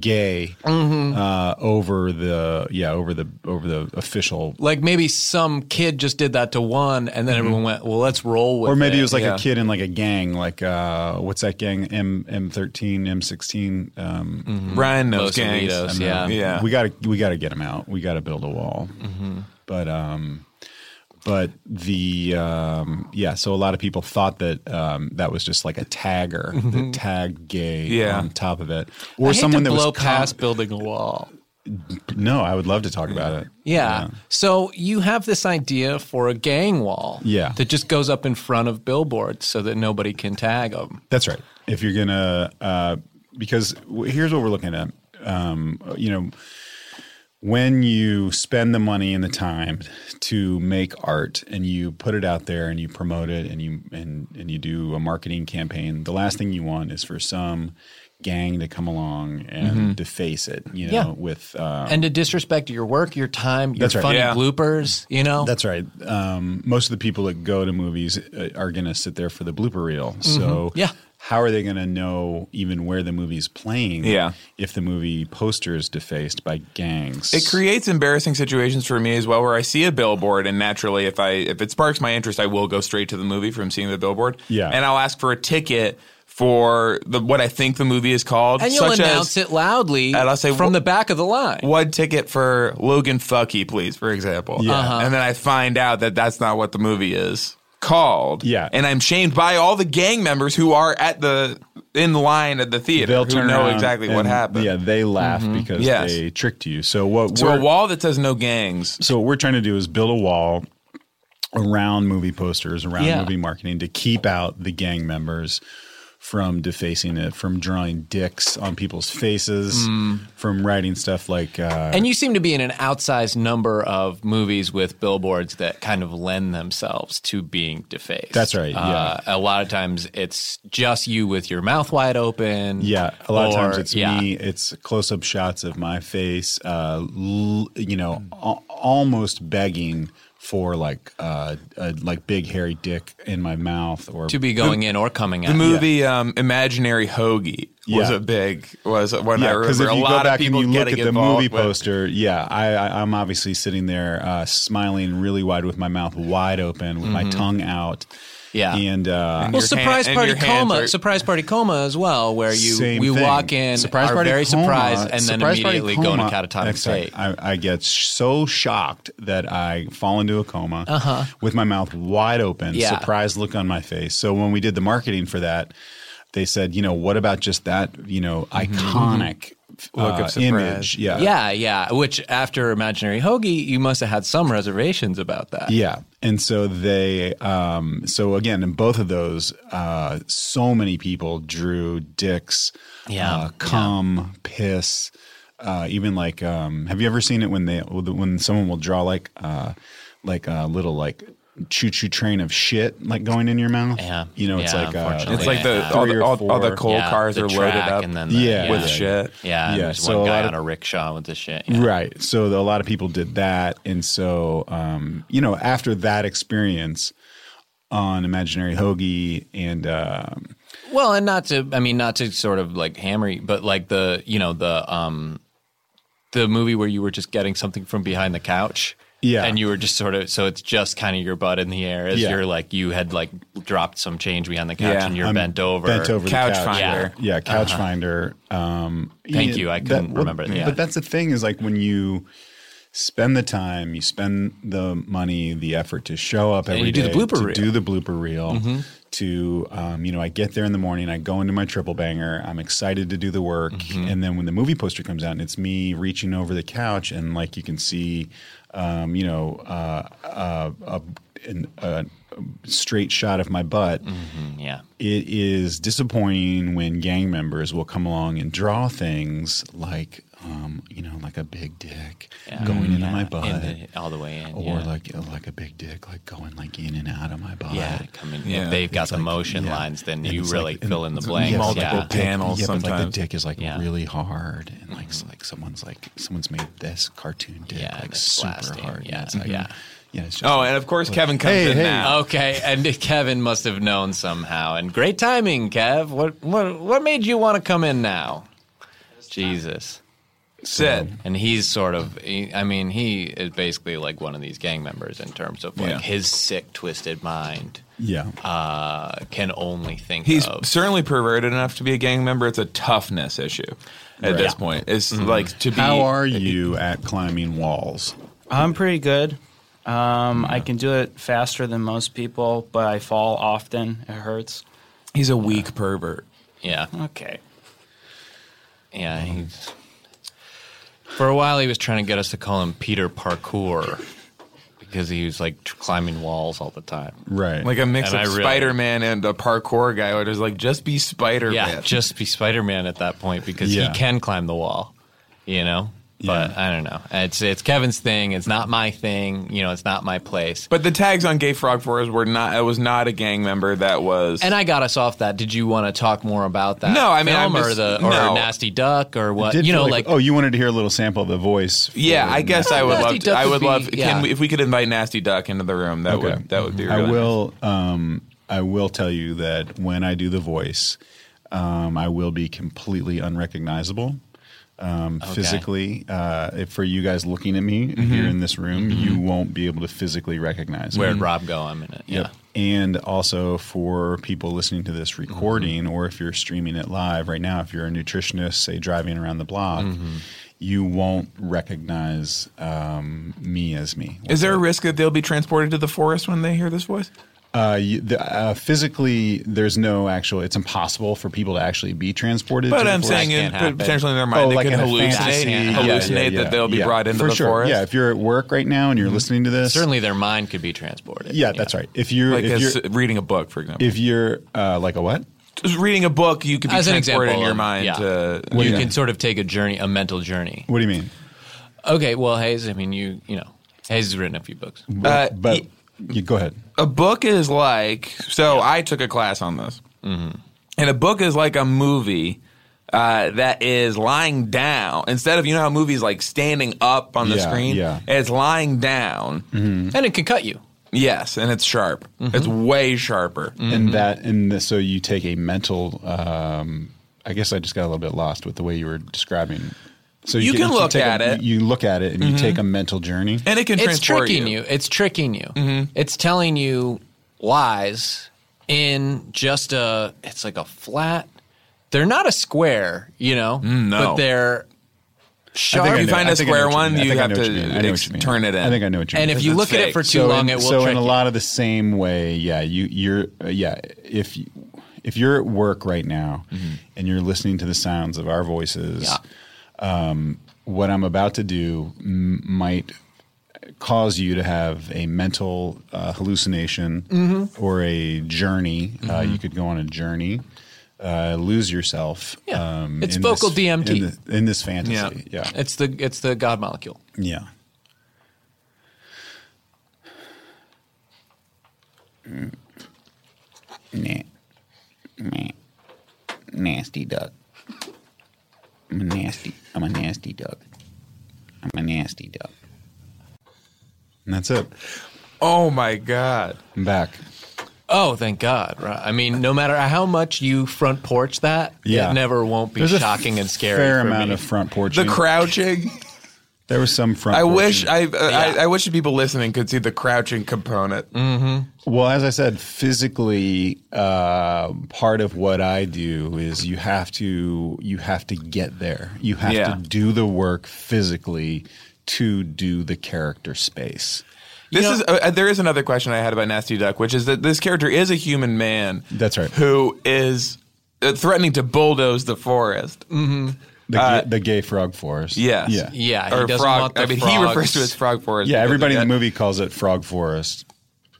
Speaker 6: gay uh, over the yeah over the over the official
Speaker 5: Like maybe some kid just did that to one, and then everyone went, "Well, let's roll with."
Speaker 6: Mm-hmm. or maybe it
Speaker 5: it
Speaker 6: was like
Speaker 4: yeah.
Speaker 6: a kid in like a gang like uh, what's that gang M M thirteen M sixteen um,
Speaker 4: Brian knows
Speaker 5: Mm-hmm. Los
Speaker 4: gangs.
Speaker 5: Alitos,
Speaker 4: I mean,
Speaker 5: yeah. Mm-hmm.
Speaker 4: yeah.
Speaker 6: we gotta we gotta get him out we gotta build a wall but um but the um yeah so a lot of people thought that um that was just like a tagger that tagged gay
Speaker 4: Yeah.
Speaker 6: on top of it
Speaker 5: Mm-hmm. I
Speaker 6: or
Speaker 5: hate
Speaker 6: someone
Speaker 5: to
Speaker 6: that
Speaker 5: blow
Speaker 6: was com-
Speaker 5: past building a wall.
Speaker 6: no i would love to talk about it
Speaker 5: Yeah. So you have this idea for a gang wall.
Speaker 6: Yeah.
Speaker 5: That just goes up in front of billboards so that nobody can tag them.
Speaker 6: That's right. If you're gonna, uh, because w- here's what we're looking at. Um, you know, when you spend the money and the time to make art and you put it out there and you promote it and you and and you do a marketing campaign, the last thing you want is for some gang to come along and deface it. You know,
Speaker 5: Yeah.
Speaker 6: with uh,
Speaker 5: And to disrespect your work, your time, your
Speaker 6: That's right.
Speaker 5: funny
Speaker 4: Yeah.
Speaker 5: bloopers, you know?
Speaker 6: that's right. Um, most of the people that go to movies uh, are going to sit there for the blooper reel. So
Speaker 5: Yeah.
Speaker 6: how are they going to know even where the movie's playing?
Speaker 4: Yeah.
Speaker 6: if the movie poster is defaced by gangs,
Speaker 4: It creates embarrassing situations for me as well, where I see a billboard, and naturally, if I if it sparks my interest, I will go straight to the movie from seeing the billboard.
Speaker 6: Yeah.
Speaker 4: and I'll ask for a ticket for the what I think the movie is called,
Speaker 5: and you'll
Speaker 4: such
Speaker 5: announce
Speaker 4: as
Speaker 5: it loudly
Speaker 4: And I'll say,
Speaker 5: from
Speaker 4: "Wh-
Speaker 5: the back of the line.
Speaker 4: one ticket for Logan Fucky, please, for example.
Speaker 6: Yeah. Uh-huh.
Speaker 4: and then I find out that that's not what the movie is called.
Speaker 6: Yeah.
Speaker 4: and I'm shamed by all the gang members who are at the in line at the theater
Speaker 6: They'll
Speaker 4: who
Speaker 6: turn
Speaker 4: know
Speaker 6: around
Speaker 4: exactly what
Speaker 6: and,
Speaker 4: happened.
Speaker 6: Yeah, they laugh because
Speaker 4: Yes.
Speaker 6: they tricked you. So what
Speaker 4: So
Speaker 6: we're
Speaker 4: a wall that says no gangs.
Speaker 6: so what we're trying to do is build a wall around movie posters, around
Speaker 5: Yeah.
Speaker 6: movie marketing to keep out the gang members from defacing it, from drawing dicks on people's faces,
Speaker 5: Mm.
Speaker 6: from writing stuff like uh,
Speaker 5: And you seem to be in an outsized number of movies with billboards that kind of lend themselves to being defaced.
Speaker 6: That's right,
Speaker 5: Uh, A lot of times it's just you with your mouth wide open.
Speaker 6: Yeah, a lot of
Speaker 5: or-
Speaker 6: times it's
Speaker 5: yeah.
Speaker 6: me. It's close-up shots of my face, uh, l- you know, a- almost begging for like uh, a like big hairy dick in my mouth or
Speaker 5: To be going in or coming out.
Speaker 4: The movie um, Imaginary Hoagie was
Speaker 6: Yeah.
Speaker 4: a big was when I
Speaker 6: Yeah,
Speaker 4: remember
Speaker 6: because if
Speaker 4: a
Speaker 6: you go
Speaker 4: lot of
Speaker 6: back and
Speaker 4: people
Speaker 6: you look
Speaker 4: getting
Speaker 6: at the
Speaker 4: involved
Speaker 6: movie
Speaker 4: with-
Speaker 6: poster, yeah, I, I, I'm obviously sitting there uh, smiling really wide with my mouth wide open, with my tongue out.
Speaker 5: Mm-hmm. Yeah.
Speaker 6: and uh,
Speaker 5: Well,
Speaker 4: your hand-
Speaker 5: surprise
Speaker 4: and
Speaker 5: party
Speaker 4: your hands
Speaker 5: coma,
Speaker 4: are-
Speaker 5: surprise party coma as well, where you
Speaker 6: Same
Speaker 5: we
Speaker 6: thing.
Speaker 5: walk in, are very
Speaker 6: coma-
Speaker 5: surprised, and then
Speaker 6: surprise party
Speaker 5: immediately go
Speaker 6: coma-
Speaker 5: into catatonic
Speaker 6: Exactly.
Speaker 5: state.
Speaker 6: I, I get so shocked that I fall into a coma with my mouth wide open,
Speaker 5: Uh-huh. Yeah.
Speaker 6: surprised look on my face. So when we did the marketing for that, they said, you know, what about just that, you know, iconic
Speaker 4: Look of
Speaker 6: uh,
Speaker 4: surprise.
Speaker 6: image? Yeah.
Speaker 5: Mm-hmm. yeah, yeah. Which after imaginary hoagie, you must have had some reservations about that.
Speaker 6: Yeah. And so they, um, so again, in both of those, uh, so many people drew dicks,
Speaker 5: Yeah.
Speaker 6: uh, cum, piss, uh, even like, um, have you ever seen it when they, when someone will draw like, uh, like a little like choo choo train of shit, like going in your mouth?
Speaker 5: Yeah.
Speaker 6: You know, it's
Speaker 5: Yeah,
Speaker 6: like, uh,
Speaker 5: unfortunately.
Speaker 4: It's like the
Speaker 5: Yeah.
Speaker 4: all
Speaker 6: Three
Speaker 4: the
Speaker 6: or
Speaker 4: all, all the
Speaker 6: four.
Speaker 4: coal
Speaker 5: Yeah,
Speaker 4: cars
Speaker 5: the
Speaker 4: are loaded
Speaker 5: track
Speaker 4: up
Speaker 5: and then the-
Speaker 6: Yeah.
Speaker 4: with
Speaker 6: yeah.
Speaker 4: shit.
Speaker 5: Yeah, and
Speaker 6: Yeah,
Speaker 5: there's
Speaker 6: so
Speaker 5: one
Speaker 6: a
Speaker 5: guy
Speaker 6: lot of-
Speaker 5: on a rickshaw with the shit. yeah.
Speaker 6: Right. So the- a lot of people did that. And so, um, you know, after that experience on Imaginary Hoagie and, um,
Speaker 5: Well, and not to, I mean, not to sort of like hammer you, but like the, you know, the, um, the movie where you were just getting something from behind the couch.
Speaker 6: Yeah.
Speaker 5: And you were just sort of, so it's just kind of your butt in the air as
Speaker 6: Yeah.
Speaker 5: you're like, you had like dropped some change behind the couch
Speaker 4: Yeah,
Speaker 5: and you're
Speaker 6: I'm
Speaker 5: bent over. Uh-huh.
Speaker 6: Bent over the
Speaker 4: Couch
Speaker 6: couch.
Speaker 4: finder.
Speaker 6: Yeah, couch finder. Um,
Speaker 5: Thank
Speaker 6: yeah,
Speaker 5: you, I
Speaker 6: that-
Speaker 5: couldn't
Speaker 6: well,
Speaker 5: remember it, yeah.
Speaker 6: But that's the thing is like when you spend the time, you spend the money, the effort to show up every
Speaker 5: you do the
Speaker 6: day,
Speaker 5: blooper
Speaker 6: to
Speaker 5: reel. Mm-hmm.
Speaker 6: do the blooper reel. To um, you know, I get there in the morning. I go into my triple banger. I'm excited to do the work,
Speaker 5: Mm-hmm.
Speaker 6: and then when the movie poster comes out, and it's me reaching over the couch, and like you can see, um, you know, uh, uh, a, an, a straight shot of my butt
Speaker 5: Mm. Yeah.
Speaker 6: it is disappointing when gang members will come along and draw things like, um, you know, like a big dick going into
Speaker 5: Mm,
Speaker 6: my butt,
Speaker 5: In the- all the way in.
Speaker 6: or
Speaker 5: yeah.
Speaker 6: like like a big dick like going like in and out of my butt.
Speaker 5: yeah, coming,
Speaker 4: Yeah.
Speaker 5: if they've got
Speaker 6: It's
Speaker 5: the
Speaker 6: like-
Speaker 5: motion
Speaker 6: yeah.
Speaker 5: lines, then
Speaker 6: And
Speaker 5: you
Speaker 6: it's
Speaker 5: really
Speaker 6: like- and
Speaker 5: fill in the
Speaker 6: it's-
Speaker 5: blanks.
Speaker 4: multiple
Speaker 5: yeah.
Speaker 4: pa- panels
Speaker 6: Yeah, but like the
Speaker 4: sometimes.
Speaker 6: dick is like
Speaker 5: Yeah. Mm-hmm.
Speaker 6: really hard, and like s- like someone's like someone's made this cartoon dick
Speaker 5: Yeah, and
Speaker 6: like
Speaker 5: it's
Speaker 6: super
Speaker 5: blasting,
Speaker 6: hard. and
Speaker 5: yeah,
Speaker 6: it's like,
Speaker 5: yeah.
Speaker 6: yeah. It's just
Speaker 4: Oh, and of course Kevin comes
Speaker 6: Hey,
Speaker 4: in
Speaker 6: hey.
Speaker 4: now.
Speaker 5: Okay, and Kevin must have known somehow. And great timing, Kev. What what what made you want to come in now? Jesus.
Speaker 4: Sit.
Speaker 5: And he's sort of he- I mean, he is basically like one of these gang members in terms of like
Speaker 6: Yeah.
Speaker 5: his sick twisted mind
Speaker 6: yeah.
Speaker 5: uh can only think
Speaker 4: He's
Speaker 5: of
Speaker 4: certainly perverted enough to be a gang member. It's a toughness issue at
Speaker 6: Right.
Speaker 4: this
Speaker 6: Yeah.
Speaker 4: point. It's
Speaker 5: Mm-hmm.
Speaker 4: like to be
Speaker 6: How are you at climbing walls?
Speaker 8: I'm pretty good. Um, I can do it faster than most people, but I fall often. It hurts.
Speaker 4: he's a weak pervert.
Speaker 5: Yeah.
Speaker 8: Okay.
Speaker 5: Yeah, he's For a while he was trying to get us to call him Peter Parkour because he was like tr- climbing walls all the time.
Speaker 6: Right.
Speaker 4: Like a mix
Speaker 5: And I
Speaker 4: of
Speaker 5: really-
Speaker 4: Spider Man and a parkour guy where it's like just be Spider
Speaker 5: yeah,
Speaker 4: Man.
Speaker 5: just be Spider Man at that point because
Speaker 6: Yeah.
Speaker 5: he can climb the wall, you know. But I don't know. It's it's Kevin's thing. It's not my thing. You know, it's not my place.
Speaker 4: but the tags on Gay Frog Forest were not. It was not a gang member. That was
Speaker 5: and I got us off that. Did you want to talk more about that?
Speaker 4: No, I mean,
Speaker 5: film
Speaker 4: I'm
Speaker 5: or
Speaker 4: just-
Speaker 5: the or
Speaker 4: no.
Speaker 5: Nasty Duck or what?
Speaker 6: Did
Speaker 5: You
Speaker 6: feel
Speaker 5: know, like,
Speaker 6: oh, you wanted to hear a little sample of the voice. for-
Speaker 4: Yeah, I guess I would
Speaker 5: Nasty
Speaker 4: love. To,
Speaker 5: Duck
Speaker 4: I
Speaker 5: would
Speaker 4: would
Speaker 5: be-
Speaker 4: love.
Speaker 5: yeah.
Speaker 4: Can we, if we could invite Nasty Duck into the room, that
Speaker 6: Okay.
Speaker 4: would that would be.
Speaker 6: I
Speaker 4: Really
Speaker 6: will. Um, I will tell you that when I do the voice, um, I will be completely unrecognizable um, physically. Uh, if for you guys looking at me here in this room, you won't be able to physically recognize
Speaker 5: where'd
Speaker 6: me.
Speaker 5: Rob go? I'm in it. Yeah.
Speaker 6: Yep. And also for people listening to this recording, or if you're streaming it live right now, if you're a nutritionist, say driving around the block, you won't recognize um, me as me.
Speaker 4: Is there a risk that they'll be transported to the forest when they hear this voice?
Speaker 6: Uh, you, the, uh, physically, there's no actual. It's impossible for people to actually be transported. to
Speaker 4: But
Speaker 6: the
Speaker 4: I'm
Speaker 6: forest. Oh,
Speaker 4: saying
Speaker 5: can't
Speaker 4: it,
Speaker 5: happen.
Speaker 4: potentially in their mind, they could
Speaker 6: in a
Speaker 4: hallucinate,
Speaker 6: fantasy- yeah,
Speaker 4: hallucinate
Speaker 6: yeah, yeah,
Speaker 4: that they'll be
Speaker 6: yeah.
Speaker 4: brought into
Speaker 6: For
Speaker 4: the
Speaker 6: sure.
Speaker 4: forest. Mm-hmm.
Speaker 6: Yeah, if you're at work right now and you're listening to this,
Speaker 5: Certainly their mind could be transported.
Speaker 6: Yeah, that's right. If you're
Speaker 4: like
Speaker 6: if
Speaker 4: as,
Speaker 6: you're
Speaker 4: reading a book, for example.
Speaker 6: if you're uh, like a what?
Speaker 4: Just reading a book, you could be
Speaker 5: As an
Speaker 4: transported in
Speaker 5: example,
Speaker 4: your
Speaker 5: um,
Speaker 4: mind.
Speaker 5: yeah.
Speaker 4: To,
Speaker 5: you
Speaker 6: do you
Speaker 5: can
Speaker 6: mean?
Speaker 5: sort of take a journey, a mental journey.
Speaker 6: What do you mean?
Speaker 5: Okay, well, Hayes, I mean, you, you know, Hayes has written a few books.
Speaker 4: Uh,
Speaker 6: But
Speaker 4: y-
Speaker 6: you go ahead.
Speaker 4: a book is like so i took a class on this
Speaker 5: Mm-hmm.
Speaker 4: and a book is like a movie uh, that is lying down instead of you know how movies like standing up on the
Speaker 6: Yeah,
Speaker 4: screen
Speaker 6: yeah. Mm-hmm.
Speaker 4: it's lying down
Speaker 5: And it can cut you.
Speaker 4: yes and it's sharp
Speaker 5: Mm-hmm.
Speaker 4: it's way sharper
Speaker 6: And that and the, so you take a mental. Um, I guess I just got a little bit lost with the way you were describing. So
Speaker 4: You
Speaker 6: get-
Speaker 4: can look
Speaker 6: take a-
Speaker 4: at it. Mm-hmm.
Speaker 6: You you look at it and you take a mental journey.
Speaker 4: and it can
Speaker 5: It's
Speaker 4: transport
Speaker 5: tricking you. It's tricking you.
Speaker 6: Mm-hmm.
Speaker 5: It's telling you lies in just a, it's like a flat, they're not a square, you know,
Speaker 4: no.
Speaker 5: but they're
Speaker 6: I
Speaker 5: sharp.
Speaker 6: think Mm, I
Speaker 4: you
Speaker 6: know-
Speaker 4: find
Speaker 6: I
Speaker 4: a
Speaker 6: think I know
Speaker 4: square
Speaker 6: what you
Speaker 4: one,
Speaker 6: mean. I
Speaker 4: you
Speaker 6: think I
Speaker 4: have
Speaker 6: know what
Speaker 4: to
Speaker 6: mean. I know what
Speaker 4: ex-
Speaker 6: you mean.
Speaker 4: turn it in.
Speaker 6: I think I know what you mean.
Speaker 5: and if you
Speaker 4: it's
Speaker 5: look at it
Speaker 4: fake.
Speaker 5: for too
Speaker 6: so
Speaker 5: long,
Speaker 6: in,
Speaker 5: it will
Speaker 6: so
Speaker 5: trick
Speaker 6: in a
Speaker 5: you.
Speaker 6: lot of the same way yeah you you're uh, yeah if you, if you're at work right now
Speaker 5: Mm-hmm.
Speaker 6: and you're listening to the sounds of our voices um,
Speaker 5: Yeah.
Speaker 6: what i'm about to do m- might cause you to have a mental uh, hallucination
Speaker 5: Mm-hmm.
Speaker 6: or a journey uh, you could go on a journey uh, lose yourself
Speaker 5: Yeah.
Speaker 6: um,
Speaker 5: It's
Speaker 6: in
Speaker 5: vocal
Speaker 6: this,
Speaker 5: DMT.
Speaker 6: in, the, in this fantasy yeah yeah,
Speaker 5: It's the it's the God molecule.
Speaker 6: Mm. Nah. Nah. Nasty duck. I'm a nasty. I'm a nasty duck. I'm a nasty duck. And that's it.
Speaker 4: oh my god
Speaker 6: I'm back.
Speaker 5: Oh, thank God! Right. I mean, no matter how much you front porch that,
Speaker 6: Yeah.
Speaker 5: it never won't be
Speaker 6: There's a
Speaker 5: shocking and scary.
Speaker 6: Fair
Speaker 5: for
Speaker 6: amount
Speaker 5: me.
Speaker 6: of front porch.
Speaker 4: the crouching
Speaker 6: There was some front.
Speaker 4: i wish
Speaker 6: porching.
Speaker 4: I, uh, I i wish the people listening could see the crouching component
Speaker 6: Mm. Well, as I said, physically, uh, part of what I do is you have to you have to get there. You have
Speaker 4: Yeah.
Speaker 6: to do the work physically to do the character space.
Speaker 4: This is uh, uh, there is another question I had about Nasty Duck, which is that this character is a human man.
Speaker 6: That's right.
Speaker 4: Who is uh, threatening to bulldoze the forest?
Speaker 6: The, ga- the gay frog forest.
Speaker 4: Uh, Yes.
Speaker 6: Mm. Yeah.
Speaker 5: Yeah, he
Speaker 4: Or
Speaker 5: doesn't
Speaker 4: frog.
Speaker 5: want the
Speaker 4: I mean, he
Speaker 5: frogs.
Speaker 4: refers to it as frog forest.
Speaker 6: Yeah.
Speaker 4: because
Speaker 6: Everybody
Speaker 4: of
Speaker 6: in the
Speaker 4: that.
Speaker 6: movie calls it frog forest.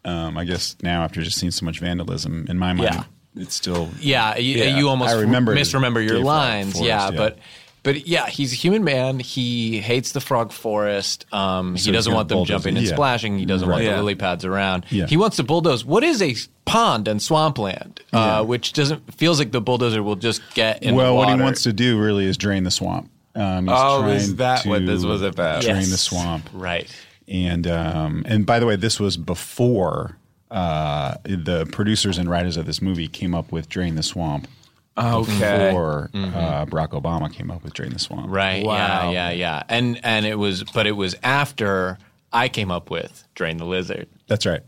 Speaker 6: Um, I guess now after just seeing so much vandalism, in my mind, it's still
Speaker 5: yeah, you,
Speaker 6: Yeah,
Speaker 5: you almost
Speaker 6: I remember it as
Speaker 5: misremember your
Speaker 6: Gay Frog
Speaker 5: lines.
Speaker 6: Forest,
Speaker 5: yeah,
Speaker 6: yeah.
Speaker 5: but but yeah, he's a human man. He hates the frog forest. Um,
Speaker 6: So
Speaker 5: he
Speaker 6: he's
Speaker 5: doesn't
Speaker 6: gonna
Speaker 5: want them
Speaker 6: bulldoze
Speaker 5: jumping
Speaker 6: it.
Speaker 5: and
Speaker 6: Yeah.
Speaker 5: splashing. He doesn't want
Speaker 4: Right.
Speaker 5: the
Speaker 4: Yeah.
Speaker 5: lily pads around.
Speaker 6: Yeah.
Speaker 5: He wants to bulldoze what is a pond and swampland, uh, which doesn't feels like the bulldozer will just get in.
Speaker 6: well,
Speaker 5: the
Speaker 6: what he
Speaker 5: water.
Speaker 6: wants to do really is drain the swamp. Um, he's
Speaker 4: Oh, is
Speaker 6: trying
Speaker 4: that what
Speaker 6: to
Speaker 4: this was about?
Speaker 6: Drain
Speaker 5: Yes.
Speaker 6: the swamp.
Speaker 5: right.
Speaker 6: and um, and by the way, this was before uh, the producers and writers of this movie came up with "Drain the Swamp."
Speaker 4: Okay.
Speaker 6: Before uh, Barack Obama came up with "Drain the Swamp."
Speaker 5: Mm-hmm. Right.
Speaker 4: Wow.
Speaker 5: Yeah. Yeah. Yeah. And and it was, but it was after I came up with drain the lizard.
Speaker 6: That's right.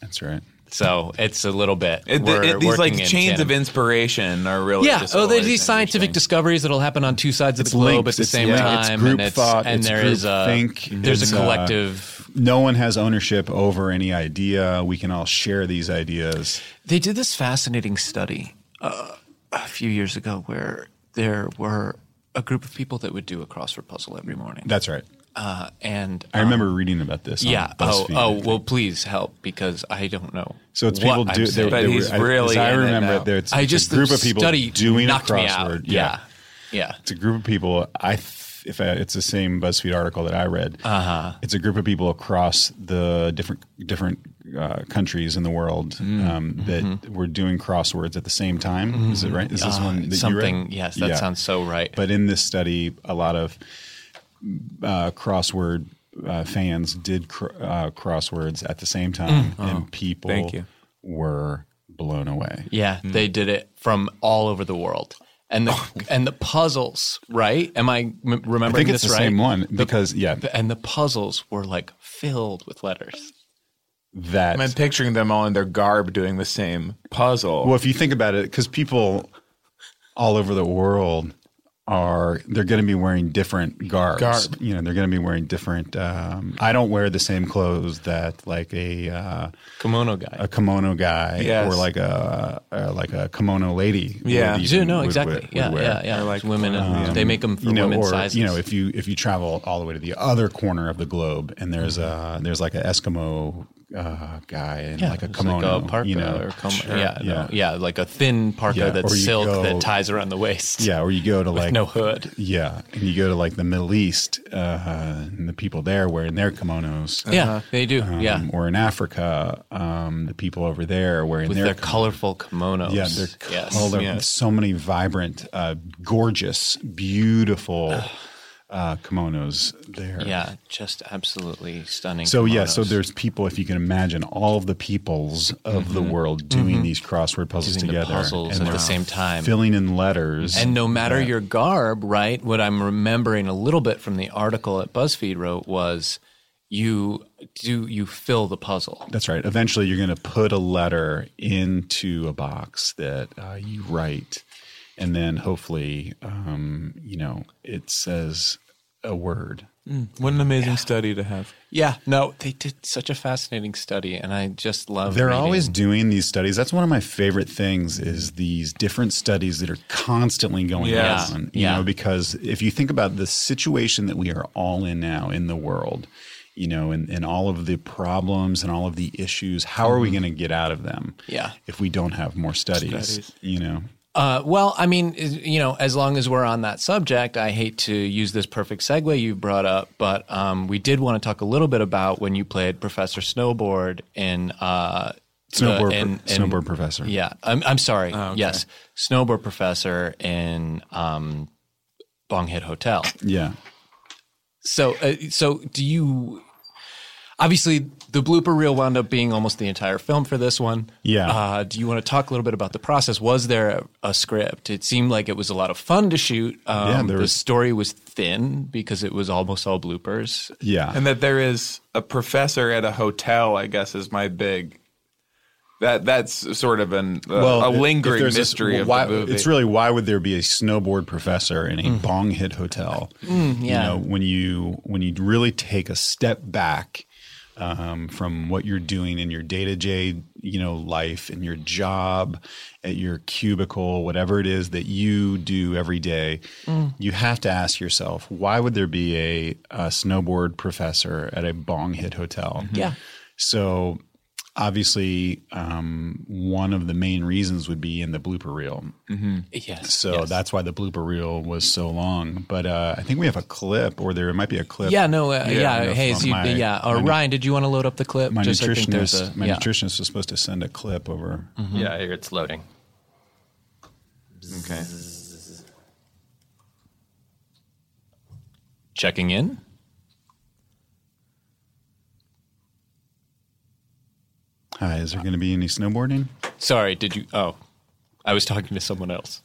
Speaker 6: That's right.
Speaker 5: So it's a little bit.
Speaker 4: It-
Speaker 5: we're
Speaker 4: it- these like
Speaker 5: working in
Speaker 4: chains of
Speaker 5: tandem.
Speaker 4: inspiration are really
Speaker 5: Yeah.
Speaker 4: just
Speaker 5: Oh, there's
Speaker 4: always
Speaker 5: these scientific
Speaker 4: interesting.
Speaker 5: discoveries that'll happen on two sides of the
Speaker 6: It's
Speaker 5: globe
Speaker 6: linked.
Speaker 5: at the
Speaker 6: It's
Speaker 5: same
Speaker 6: linked. It's
Speaker 5: time.
Speaker 6: group
Speaker 5: and it's,
Speaker 6: thought.
Speaker 5: And
Speaker 6: It's
Speaker 5: there
Speaker 6: group
Speaker 5: is a
Speaker 6: think.
Speaker 5: there's
Speaker 6: It's,
Speaker 5: a
Speaker 6: uh,
Speaker 5: collective.
Speaker 6: No one has ownership over any idea. We can all share these ideas.
Speaker 5: they did this fascinating study uh, a few years ago where there were a group of people that would do a crossword puzzle every morning.
Speaker 6: That's right.
Speaker 5: uh, and
Speaker 6: I remember reading about this. on
Speaker 5: Yeah. Oh,
Speaker 6: BuzzFeed, I
Speaker 5: oh.
Speaker 6: think.
Speaker 5: Well, please help because I don't know.
Speaker 6: So it's
Speaker 5: what
Speaker 6: people
Speaker 5: I'm
Speaker 6: do.
Speaker 5: saying.
Speaker 4: But he's
Speaker 6: I- as
Speaker 4: really
Speaker 6: I
Speaker 4: in it
Speaker 6: remember
Speaker 4: now.
Speaker 6: it. There, it's,
Speaker 5: I
Speaker 6: it's
Speaker 5: just
Speaker 6: a group of people
Speaker 5: study
Speaker 6: doing a
Speaker 5: knocked me out.
Speaker 6: crossword.
Speaker 5: Yeah. Yeah.
Speaker 6: it's a group of people. I th- if I, it's the same BuzzFeed article that I read. Uh-huh. It's a group of people across the different different uh, countries in the world
Speaker 5: Mm-hmm.
Speaker 6: um, that were doing crosswords at the same time. Is it right? Is this one that you read?
Speaker 5: Mm-hmm. Uh, Something. Yes, that
Speaker 6: Yeah.
Speaker 5: sounds so right.
Speaker 6: But in this study, a lot of uh, crossword uh, fans did cr- uh, crosswords at the same time, and people
Speaker 4: thank you.
Speaker 6: were blown away.
Speaker 5: yeah, they did it from all over the world. And the and the puzzles, right? Am I m- remembering
Speaker 6: I think it's
Speaker 5: this
Speaker 6: the
Speaker 5: right?
Speaker 6: same one because yeah,
Speaker 5: And the puzzles were like filled with letters.
Speaker 6: that.
Speaker 4: I'm picturing them all in their garb doing the same puzzle.
Speaker 6: Well, if you think about it, because people all over the world are they're going to be wearing different garbs.
Speaker 4: Garb.
Speaker 6: You know, they're going to be wearing different. Um, I don't wear the same clothes that like a uh,
Speaker 5: Kimono guy.
Speaker 6: a kimono guy
Speaker 4: Yes.
Speaker 6: or like a uh, like a kimono lady.
Speaker 4: Yeah.
Speaker 6: would
Speaker 4: You
Speaker 5: Yeah,
Speaker 6: even-
Speaker 5: no,
Speaker 6: would-
Speaker 5: exactly.
Speaker 6: would
Speaker 5: yeah,
Speaker 6: wear.
Speaker 5: yeah, yeah,
Speaker 4: Or like-
Speaker 5: It's women, and they make them for
Speaker 6: um, you know,
Speaker 5: women's
Speaker 6: or
Speaker 5: sizes.
Speaker 6: you know, if you if you travel all the way to the other corner of the globe and there's a there's like an Eskimo uh, guy and
Speaker 5: Mm-hmm. yeah,
Speaker 6: like a
Speaker 5: it's
Speaker 6: kimono,
Speaker 5: like a parka
Speaker 6: you know,
Speaker 5: or kimono.
Speaker 6: Sure.
Speaker 5: yeah,
Speaker 6: yeah,
Speaker 5: no, yeah, like a thin parka
Speaker 6: Yeah, or
Speaker 5: that's
Speaker 6: you
Speaker 5: silk
Speaker 6: go-
Speaker 5: that ties around the waist.
Speaker 6: Yeah, or you go to like
Speaker 5: no hood.
Speaker 6: Yeah, and you go to like the Middle East uh, and the people there wearing their kimonos.
Speaker 5: yeah, they do.
Speaker 6: Um,
Speaker 5: yeah,
Speaker 6: or in Africa, um, the people over there are wearing
Speaker 5: with
Speaker 6: their
Speaker 5: their
Speaker 6: kimonos.
Speaker 5: colorful kimonos.
Speaker 6: Yeah, they're
Speaker 5: yes.
Speaker 6: well, they're
Speaker 5: yes.
Speaker 6: so many vibrant, uh, gorgeous, beautiful uh, kimonos there.
Speaker 5: yeah, just absolutely stunning.
Speaker 6: So yeah, so
Speaker 5: kimonos.
Speaker 6: there's people. If you can imagine, all of the peoples of the world doing these crossword puzzles
Speaker 5: Doing Mm-hmm. the
Speaker 6: together,
Speaker 5: puzzles at
Speaker 6: they're
Speaker 5: the same time.
Speaker 6: filling in letters.
Speaker 5: And no matter your garb, right? What I'm remembering a little bit from the article that BuzzFeed wrote was you do you fill the puzzle.
Speaker 6: that's right. Eventually, you're going to put a letter into a box that uh, you write, and then hopefully, um, you know, it says a word.
Speaker 4: What an amazing study to have.
Speaker 5: Yeah, no, they did such a fascinating study, and I just love.
Speaker 6: They're
Speaker 5: reading.
Speaker 6: always doing these studies. That's one of my favorite things is these different studies that are constantly going
Speaker 5: Yeah.
Speaker 6: on. You
Speaker 5: Yeah.
Speaker 6: know, because if you think about the situation that we are all in now in the world, you know, and, and all of the problems and all of the issues, how are we going to get out of them?
Speaker 5: Mm-hmm. Yeah.
Speaker 6: If we don't have more studies, you know.
Speaker 5: Uh, well, I mean, is- you know, as long as we're on that subject, I hate to use this perfect segue you brought up, but um, we did want to talk a little bit about when you played Professor Snowboard in uh, the-
Speaker 6: Snowboard,
Speaker 5: in-
Speaker 6: pro-
Speaker 5: in-
Speaker 6: snowboard professor.
Speaker 5: Yeah, I'm, I'm sorry.
Speaker 6: Oh,
Speaker 5: Yes, Snowboard Professor in um, Bong Hit Hotel.
Speaker 6: Yeah.
Speaker 5: So, uh, so do you? Obviously, the blooper reel wound up being almost the entire film for this one.
Speaker 6: Yeah.
Speaker 5: Uh, do you want to talk a little bit about the process? Was there a, a script? It seemed like it was a lot of fun to shoot. Um,
Speaker 6: Yeah, there
Speaker 5: the
Speaker 6: was-
Speaker 5: story was thin because it was almost all bloopers.
Speaker 6: Yeah.
Speaker 4: And that there is a professor at a hotel, I guess, is my big. That that's sort of an uh, a
Speaker 6: if- if
Speaker 4: lingering
Speaker 6: there's this-
Speaker 4: mystery
Speaker 6: well,
Speaker 4: of
Speaker 6: why,
Speaker 4: the movie.
Speaker 6: It's really why would there be a snowboard professor in a bong hit hotel?
Speaker 5: yeah.
Speaker 6: You know, when you when you really take a step back um, from what you're doing in your day to day, you know, life in your job, at your cubicle, whatever it is that you do every day,
Speaker 5: Mm.
Speaker 6: you have to ask yourself, why would there be a, a snowboard professor at a bong hit hotel?
Speaker 5: Mm-hmm. Yeah.
Speaker 6: So obviously, um, one of the main reasons would be in the blooper reel.
Speaker 5: Mm-hmm. Yes.
Speaker 6: So that's why the blooper reel was so long. But uh, I think we have a clip, or there might be a clip.
Speaker 5: Yeah. No. Uh, yeah.
Speaker 6: no,
Speaker 5: Hey.
Speaker 6: from
Speaker 5: so you,
Speaker 6: my-
Speaker 5: yeah. Or
Speaker 6: my nu-
Speaker 5: Ryan, did you want to load up the clip?
Speaker 6: My
Speaker 5: Just, I think there's
Speaker 6: nutritionist,
Speaker 5: a-
Speaker 6: my
Speaker 5: yeah. Mm-hmm.
Speaker 6: nutritionist was supposed to send a clip over.
Speaker 7: Yeah, here it's loading.
Speaker 4: okay.
Speaker 5: checking in.
Speaker 6: Hi, is there going to be any snowboarding?
Speaker 5: Sorry. Did you? Oh, I was talking to someone else.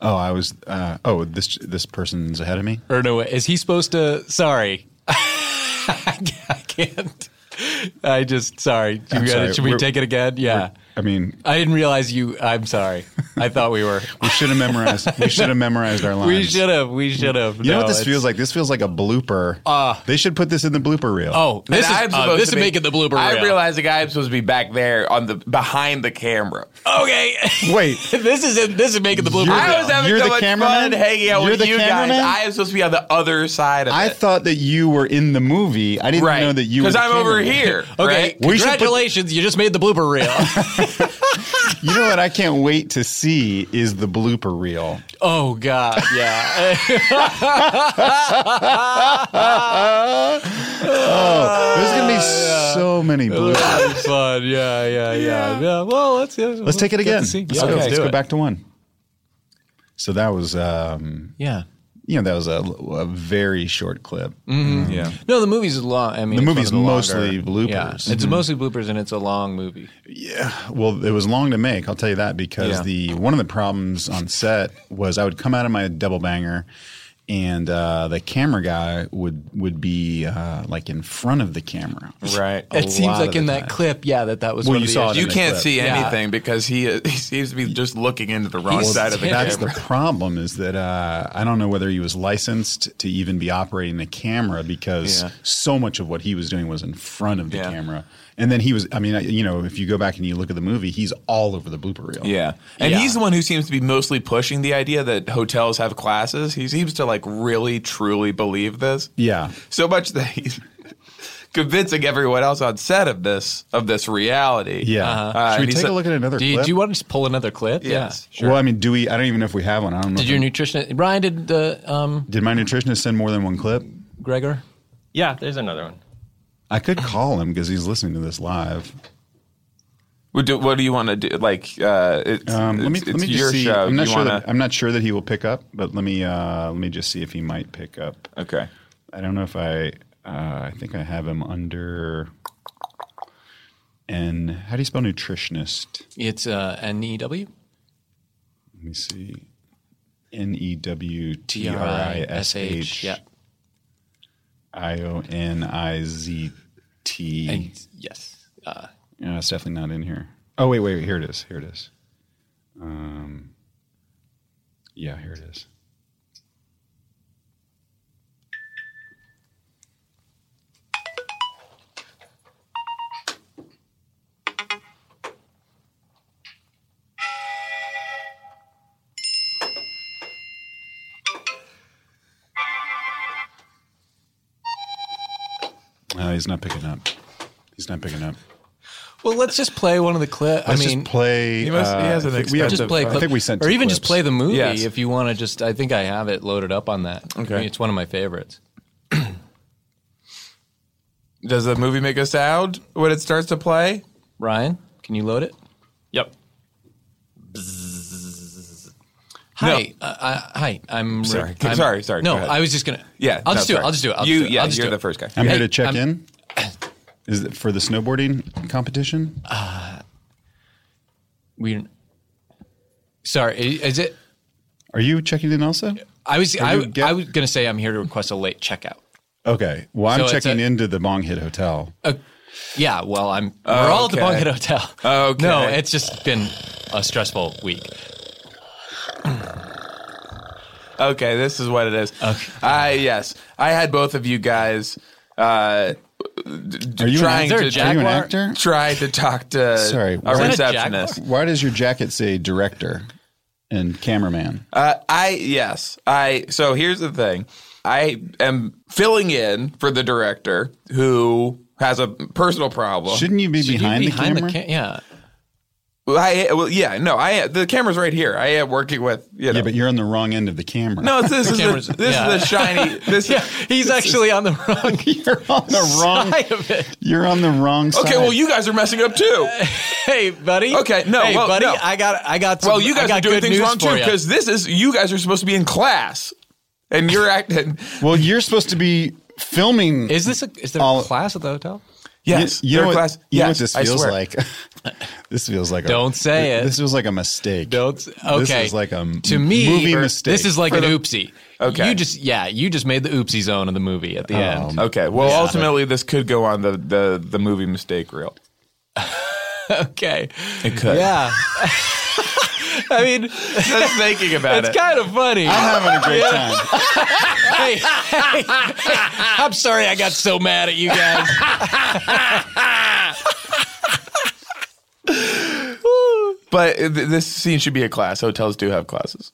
Speaker 6: Oh, I was. Uh, oh, this this person's ahead of me.
Speaker 5: Or no, is he supposed to? Sorry, I can't. I just sorry. You
Speaker 6: I'm
Speaker 5: gotta-
Speaker 6: sorry.
Speaker 5: Should we
Speaker 6: We're-
Speaker 5: take it again? Yeah,
Speaker 6: I mean,
Speaker 5: I didn't realize you. I'm sorry. I thought we were.
Speaker 6: we should have memorized. we should have memorized our lines.
Speaker 5: we should have. We should have.
Speaker 6: You know what this feels like? This feels like a blooper. Uh, they should put this in the blooper reel.
Speaker 5: Ah. Oh, this
Speaker 4: And
Speaker 5: is uh,
Speaker 4: supposed
Speaker 5: this
Speaker 4: to
Speaker 5: is
Speaker 4: be-
Speaker 5: making the blooper.
Speaker 4: I
Speaker 5: reel.
Speaker 4: realize the guy I'm supposed to be back there on the behind the camera.
Speaker 5: Okay,
Speaker 6: wait.
Speaker 5: this is it. This is making the blooper.
Speaker 6: You're
Speaker 5: reel.
Speaker 4: I was having
Speaker 6: You're
Speaker 4: so
Speaker 6: the
Speaker 4: much
Speaker 6: cameraman?
Speaker 4: fun hanging out
Speaker 6: You're
Speaker 4: with
Speaker 6: the
Speaker 4: you
Speaker 6: cameraman?
Speaker 4: guys. I am supposed to be on the other side of
Speaker 6: I
Speaker 4: it.
Speaker 6: thought that you were in the movie. I didn't
Speaker 4: right.
Speaker 6: know that you were
Speaker 4: because
Speaker 6: the
Speaker 4: I'm over
Speaker 6: cameraman.
Speaker 4: here.
Speaker 5: Okay,
Speaker 4: right?
Speaker 6: We should put-
Speaker 5: congratulations! you just made the blooper reel.
Speaker 6: You know what I can't wait to see is the blooper reel.
Speaker 5: oh God, yeah.
Speaker 6: There's gonna be so many bloopers.
Speaker 5: That was fun. Yeah, yeah, yeah, yeah. Well, let's yeah,
Speaker 6: Let's take it again.
Speaker 5: Let's,
Speaker 6: Let's,
Speaker 5: yeah,
Speaker 6: go,
Speaker 5: let's
Speaker 6: let's
Speaker 5: do
Speaker 6: go
Speaker 5: it.
Speaker 6: back to one. So that was, um,
Speaker 5: Yeah.
Speaker 6: you know, that was a, a very short clip.
Speaker 4: Yeah.
Speaker 5: No, the movie's long. I mean,
Speaker 6: The
Speaker 5: it's
Speaker 6: movie's
Speaker 5: one of the
Speaker 6: mostly
Speaker 5: longer-
Speaker 6: bloopers. Mm-hmm.
Speaker 5: Yeah, it's mostly bloopers, and it's a long movie.
Speaker 6: Well, it was long to make. I'll tell you that because
Speaker 4: Yeah.
Speaker 6: the one of the problems on set was I would come out of my double banger, and uh, the camera guy would would be uh, like in front of the camera.
Speaker 5: Right.
Speaker 6: A
Speaker 5: It seems
Speaker 6: lot
Speaker 5: like
Speaker 6: of the
Speaker 5: in that
Speaker 6: time.
Speaker 5: clip, yeah, that that was
Speaker 6: Well,
Speaker 5: one
Speaker 6: you
Speaker 5: of the
Speaker 6: saw it
Speaker 5: issues.
Speaker 6: in
Speaker 4: You
Speaker 6: the
Speaker 4: can't
Speaker 6: clip.
Speaker 4: see
Speaker 5: Yeah.
Speaker 4: anything because he, he seems to be just looking into the wrong
Speaker 5: He's
Speaker 4: side of the
Speaker 6: That's
Speaker 4: camera.
Speaker 6: the problem is that uh, I don't know whether he was licensed to even be operating the camera because
Speaker 4: Yeah.
Speaker 6: so much of what he was doing was in front of the
Speaker 4: Yeah.
Speaker 6: camera. And then he was, I mean, I- you know, if you go back and you look at the movie, he's all over the blooper reel.
Speaker 4: Yeah. And
Speaker 5: Yeah.
Speaker 4: he's the one who seems to be mostly pushing the idea that hotels have classes. He seems to like really truly believe this.
Speaker 6: Yeah.
Speaker 4: So much that he's convincing everyone else on set of this of this reality.
Speaker 6: Yeah.
Speaker 4: Uh,
Speaker 6: Should
Speaker 4: and
Speaker 6: we
Speaker 4: he
Speaker 6: take
Speaker 4: said-
Speaker 6: a look at another
Speaker 5: Do you,
Speaker 6: clip?
Speaker 5: do you want to just pull another clip?
Speaker 4: Yes.
Speaker 5: Yeah.
Speaker 6: Well, I mean, do we, I don't even know if we have one. I don't know.
Speaker 5: Did
Speaker 6: if
Speaker 5: your
Speaker 6: I'm-
Speaker 5: nutritionist Ryan? Did the um,
Speaker 6: did my nutritionist send more than one clip?
Speaker 5: Gregor?
Speaker 7: Yeah, there's another one.
Speaker 6: I could call him because he's listening to this live.
Speaker 4: What do, what do you want to do? Like, uh, it's,
Speaker 6: Um, let me
Speaker 4: it's,
Speaker 6: let
Speaker 4: it's
Speaker 6: me just
Speaker 4: your
Speaker 6: see.
Speaker 4: show.
Speaker 6: I'm not
Speaker 4: You
Speaker 6: sure.
Speaker 4: wanna-
Speaker 6: That, I'm not sure that he will pick up, but let me uh, let me just see if he might pick up.
Speaker 4: okay.
Speaker 6: I don't know if I. Uh, I think I have him under. And how do you spell nutritionist?
Speaker 5: It's uh, N E W.
Speaker 6: Let me see. N e w t r i s h
Speaker 5: Yeah.
Speaker 6: i o n i z t.
Speaker 5: And- yes. Uh,
Speaker 6: Yeah, it's definitely not in here. Oh wait, wait, wait, here it is. Here it is. Um, yeah, here it is. Uh, he's not picking up. He's not picking up.
Speaker 5: well, let's just play one of the clips. I
Speaker 6: Let's
Speaker 5: mean,
Speaker 6: just play.
Speaker 4: He must- he has
Speaker 6: I
Speaker 4: an
Speaker 6: think we have
Speaker 4: expensive-
Speaker 5: just play. A
Speaker 6: I
Speaker 5: clip.
Speaker 6: think we sent,
Speaker 5: or
Speaker 6: two
Speaker 5: even just
Speaker 6: clips.
Speaker 5: play the movie
Speaker 4: Yes.
Speaker 5: if you want to. Just I think I have it loaded up on that.
Speaker 4: Okay.
Speaker 5: it's one of my favorites.
Speaker 4: Does the movie make a sound when it starts to play?
Speaker 5: Ryan, can you load it?
Speaker 7: Yep.
Speaker 5: Hi, uh, I, hi. I'm
Speaker 4: Sorry.
Speaker 5: I'm,
Speaker 4: Sorry, sorry,
Speaker 5: No,
Speaker 4: go ahead.
Speaker 5: I was just gonna.
Speaker 4: Yeah.
Speaker 5: I'll
Speaker 4: no,
Speaker 5: just do it.
Speaker 4: sorry.
Speaker 5: I'll just do it. I'll
Speaker 4: you,
Speaker 5: just do it.
Speaker 4: yeah,
Speaker 5: I'll just
Speaker 4: you're
Speaker 5: do
Speaker 4: the
Speaker 5: it.
Speaker 4: first guy.
Speaker 6: I'm
Speaker 5: Hey,
Speaker 6: here to check
Speaker 5: I'm-
Speaker 6: in. Is it for the snowboarding competition?
Speaker 5: We. Sorry, i- is it?
Speaker 6: Are you checking in also?
Speaker 5: I was.
Speaker 6: Are you
Speaker 5: I,
Speaker 6: get-
Speaker 5: I was gonna say I'm here to request a late checkout.
Speaker 6: Okay. Well, I'm
Speaker 5: So it's
Speaker 6: checking
Speaker 5: a-
Speaker 6: into the Bong Hit Hotel.
Speaker 5: Yeah, well, I'm. we're all at the
Speaker 4: Okay.
Speaker 5: Bunkhead Hotel.
Speaker 4: Okay.
Speaker 5: No, it's just been a stressful week.
Speaker 4: Okay, this is what it is. I yes, I had both of you guys uh, d- d-
Speaker 6: Are you an
Speaker 4: trying
Speaker 5: actor?
Speaker 4: to
Speaker 5: Is there a
Speaker 6: Are you an
Speaker 5: Jaguar?
Speaker 6: actor?
Speaker 4: try to talk to
Speaker 6: Sorry,
Speaker 4: a
Speaker 6: was
Speaker 5: that a
Speaker 4: receptionist.
Speaker 6: Why does your jacket say director and cameraman?
Speaker 4: Uh, I yes, I so here's the thing. I am filling in for the director who has a personal problem.
Speaker 6: Shouldn't you be behind,
Speaker 5: Behind
Speaker 6: the camera?
Speaker 5: ca- yeah.
Speaker 4: Well, I well yeah, no, I the camera's right here. I am working with you know.
Speaker 6: yeah, but you're on the wrong end of the camera.
Speaker 4: no, it's- this is
Speaker 5: camera's-
Speaker 4: the, this
Speaker 5: yeah.
Speaker 4: is the shiny this
Speaker 5: Yeah, he's actually on the wrong
Speaker 6: you're on the wrong.
Speaker 5: side of it.
Speaker 6: You're on the wrong side.
Speaker 4: Okay, well you guys are messing up too.
Speaker 5: Hey, buddy.
Speaker 4: Okay, no,
Speaker 5: hey,
Speaker 4: well,
Speaker 5: buddy.
Speaker 4: no.
Speaker 5: I got. I got. Some,
Speaker 4: Well, you
Speaker 5: I
Speaker 4: guys
Speaker 5: got
Speaker 4: are doing
Speaker 5: good
Speaker 4: things
Speaker 5: news
Speaker 4: wrong
Speaker 5: for
Speaker 4: too
Speaker 5: ya.
Speaker 4: because this is you guys are supposed to be in class, and you're acting.
Speaker 6: Well, you're supposed to be filming.
Speaker 5: Is this a is there
Speaker 6: All-
Speaker 5: a class at the hotel?
Speaker 4: Yes,
Speaker 6: you, you
Speaker 4: they're
Speaker 6: know what,
Speaker 4: class.
Speaker 6: you know what
Speaker 4: Yes,
Speaker 6: this
Speaker 4: I
Speaker 6: feels
Speaker 4: swear.
Speaker 6: like. this feels like.
Speaker 5: Don't
Speaker 6: a,
Speaker 5: say it.
Speaker 6: This feels like a mistake.
Speaker 5: Don't. s- Okay.
Speaker 6: This is like a m-
Speaker 5: to me
Speaker 6: movie mistake.
Speaker 5: This is like an oopsie.
Speaker 4: Okay.
Speaker 5: You just yeah. You just made the oopsie zone of the movie at the
Speaker 6: Um,
Speaker 5: end.
Speaker 4: Okay. Well, ultimately, this could go on the the the movie mistake reel.
Speaker 5: Okay.
Speaker 4: It could.
Speaker 5: Yeah. I mean,
Speaker 4: Just thinking about
Speaker 5: it's
Speaker 4: it.
Speaker 5: kind of funny.
Speaker 6: I'm having a great time.
Speaker 5: Hey, hey, hey, I'm sorry I got so mad at you guys.
Speaker 4: But th- this scene should be a class. Hotels do have classes.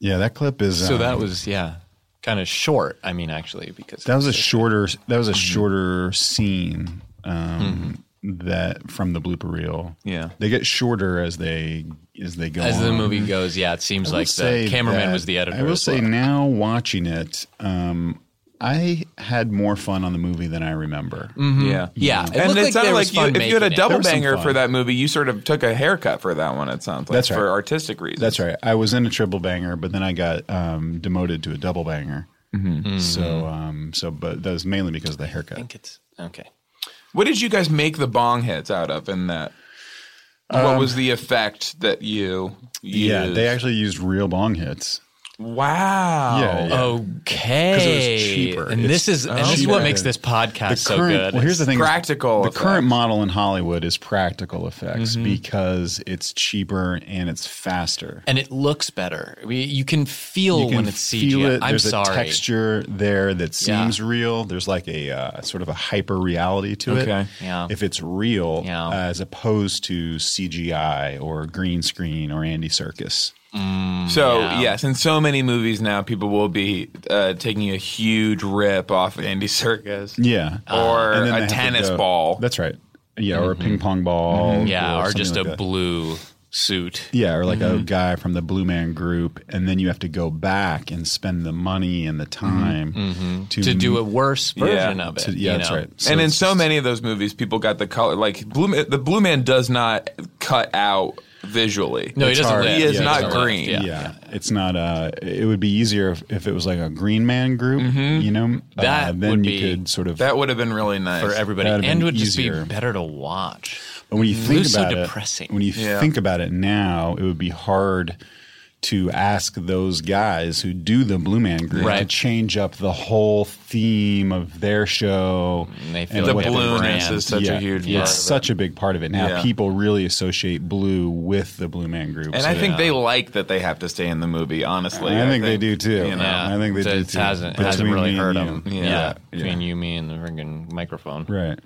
Speaker 6: Yeah, that clip is.
Speaker 5: So
Speaker 6: um,
Speaker 5: that was yeah, kind of short. I mean, actually, because
Speaker 6: that was a shorter that
Speaker 5: Mm-hmm.
Speaker 6: was a shorter scene um,
Speaker 5: Mm-hmm.
Speaker 6: that from the blooper reel.
Speaker 4: Yeah.
Speaker 6: they get shorter as they as they go
Speaker 5: as the
Speaker 6: on.
Speaker 5: movie goes, yeah, it
Speaker 6: I
Speaker 5: seems
Speaker 6: will
Speaker 5: like the
Speaker 6: say
Speaker 5: cameraman
Speaker 6: that-
Speaker 5: was the editor.
Speaker 6: I will
Speaker 5: as
Speaker 6: say
Speaker 5: well.
Speaker 6: now watching it, um, I had more fun on the movie than I remember.
Speaker 4: Yeah.
Speaker 5: Mm-hmm. yeah, it
Speaker 4: and
Speaker 5: looked
Speaker 4: it
Speaker 5: like
Speaker 4: sounded
Speaker 5: there was
Speaker 4: like you,
Speaker 5: fun
Speaker 4: if you had a
Speaker 5: making it.
Speaker 4: double
Speaker 6: was some
Speaker 4: banger
Speaker 6: fun.
Speaker 4: for that movie, you sort of took a haircut for that one. It sounds like
Speaker 6: That's
Speaker 4: for
Speaker 6: right.
Speaker 4: artistic reasons.
Speaker 6: That's right. I was in a triple banger, but then I got um, demoted to a double banger. So, um, so, but that was mainly because of the haircut.
Speaker 5: I think it's okay.
Speaker 4: What did you guys make the bong hits out of in that?
Speaker 6: Um,
Speaker 4: What was the effect that you? Used?
Speaker 6: Yeah, they actually used real bong hits.
Speaker 4: Wow.
Speaker 6: Yeah, yeah.
Speaker 5: Okay.
Speaker 6: 'Cause it was cheaper.
Speaker 5: And
Speaker 6: It's
Speaker 5: this is and this is
Speaker 6: cheaper.
Speaker 5: what makes this podcast so
Speaker 6: current-
Speaker 5: good.
Speaker 6: Well, here's the thing: is
Speaker 4: practical
Speaker 6: The
Speaker 4: effects.
Speaker 6: current model in Hollywood is practical effects because it's cheaper and it's faster.
Speaker 5: and it looks better. I mean, You can feel
Speaker 6: You can
Speaker 5: Oh, when it's CGI.
Speaker 6: feel it.
Speaker 5: I'm
Speaker 6: There's
Speaker 5: sorry.
Speaker 6: a texture there that
Speaker 5: Yeah.
Speaker 6: seems real. There's like a uh, sort of a hyper reality to
Speaker 4: Okay.
Speaker 6: it.
Speaker 5: Yeah.
Speaker 6: If it's real, uh,
Speaker 5: Yeah.
Speaker 6: as opposed to CGI or green screen or Andy Circus.
Speaker 4: So
Speaker 5: Yeah.
Speaker 4: yes, in so many movies now, people will be uh, taking a huge rip off of Andy Circus.
Speaker 6: Yeah. Uh,
Speaker 4: Or
Speaker 6: And then they
Speaker 4: a
Speaker 6: have to
Speaker 4: tennis
Speaker 6: go-
Speaker 4: ball.
Speaker 6: That's right. Yeah, or a ping pong ball.
Speaker 5: Mm-hmm. Yeah, or
Speaker 6: something
Speaker 5: just
Speaker 6: like
Speaker 5: a Mm-hmm.
Speaker 6: that.
Speaker 5: blue suit.
Speaker 6: Yeah, or like a guy from the Blue Man Group, and then you have to go back and spend the money and the time to,
Speaker 5: Mm-hmm. To do a worse version
Speaker 4: Yeah.
Speaker 5: of it.
Speaker 6: to- Mm-hmm. yeah,
Speaker 5: you
Speaker 6: that's
Speaker 5: know?
Speaker 6: right.
Speaker 4: and in
Speaker 6: it's
Speaker 4: so
Speaker 6: just-
Speaker 4: many of those movies, people got the color like blue. Ma- The Blue Man does not cut out visually.
Speaker 5: No, he
Speaker 6: It's
Speaker 5: doesn't
Speaker 6: hard.
Speaker 5: live.
Speaker 4: He is
Speaker 5: Yeah,
Speaker 4: not
Speaker 5: doesn't live.
Speaker 4: green.
Speaker 5: Yeah.
Speaker 6: Yeah, it's not. Uh, it would be easier if, if it was like a Green Man Group, you know. uh,
Speaker 5: Mm-hmm. That
Speaker 6: then
Speaker 5: would
Speaker 6: you
Speaker 5: be-
Speaker 6: could sort of.
Speaker 4: that would have been really nice
Speaker 5: For everybody.
Speaker 6: That'd have
Speaker 5: And
Speaker 6: been
Speaker 5: would
Speaker 6: easier.
Speaker 5: just be better to watch.
Speaker 6: But when you
Speaker 5: Blue
Speaker 6: think
Speaker 5: is so
Speaker 6: about
Speaker 5: depressing.
Speaker 6: it, when you
Speaker 4: Yeah.
Speaker 6: think about it now, it would be hard to ask those guys who do the Blue Man Group to
Speaker 5: Right.
Speaker 6: change up the whole theme of their show.
Speaker 5: And they feel like
Speaker 4: The
Speaker 5: they have a
Speaker 4: blueness
Speaker 5: brand.
Speaker 4: is such a huge
Speaker 5: Yeah.
Speaker 4: part.
Speaker 6: It's
Speaker 4: of it.
Speaker 6: such a big part of it now.
Speaker 4: Yeah.
Speaker 6: People really associate blue with the Blue Man Group,
Speaker 4: And
Speaker 6: so
Speaker 4: I
Speaker 6: that-
Speaker 4: think they like that they have to stay in the movie. Honestly,
Speaker 6: I think they do too.
Speaker 4: you know.
Speaker 6: I think they
Speaker 5: so
Speaker 6: do
Speaker 5: it
Speaker 6: too.
Speaker 5: hasn't, it hasn't
Speaker 6: Between
Speaker 5: really
Speaker 6: me
Speaker 5: hurt
Speaker 6: and
Speaker 5: them.
Speaker 6: you.
Speaker 5: Yeah.
Speaker 4: Yeah.
Speaker 5: Between you, me, and the friggin' microphone.
Speaker 6: right.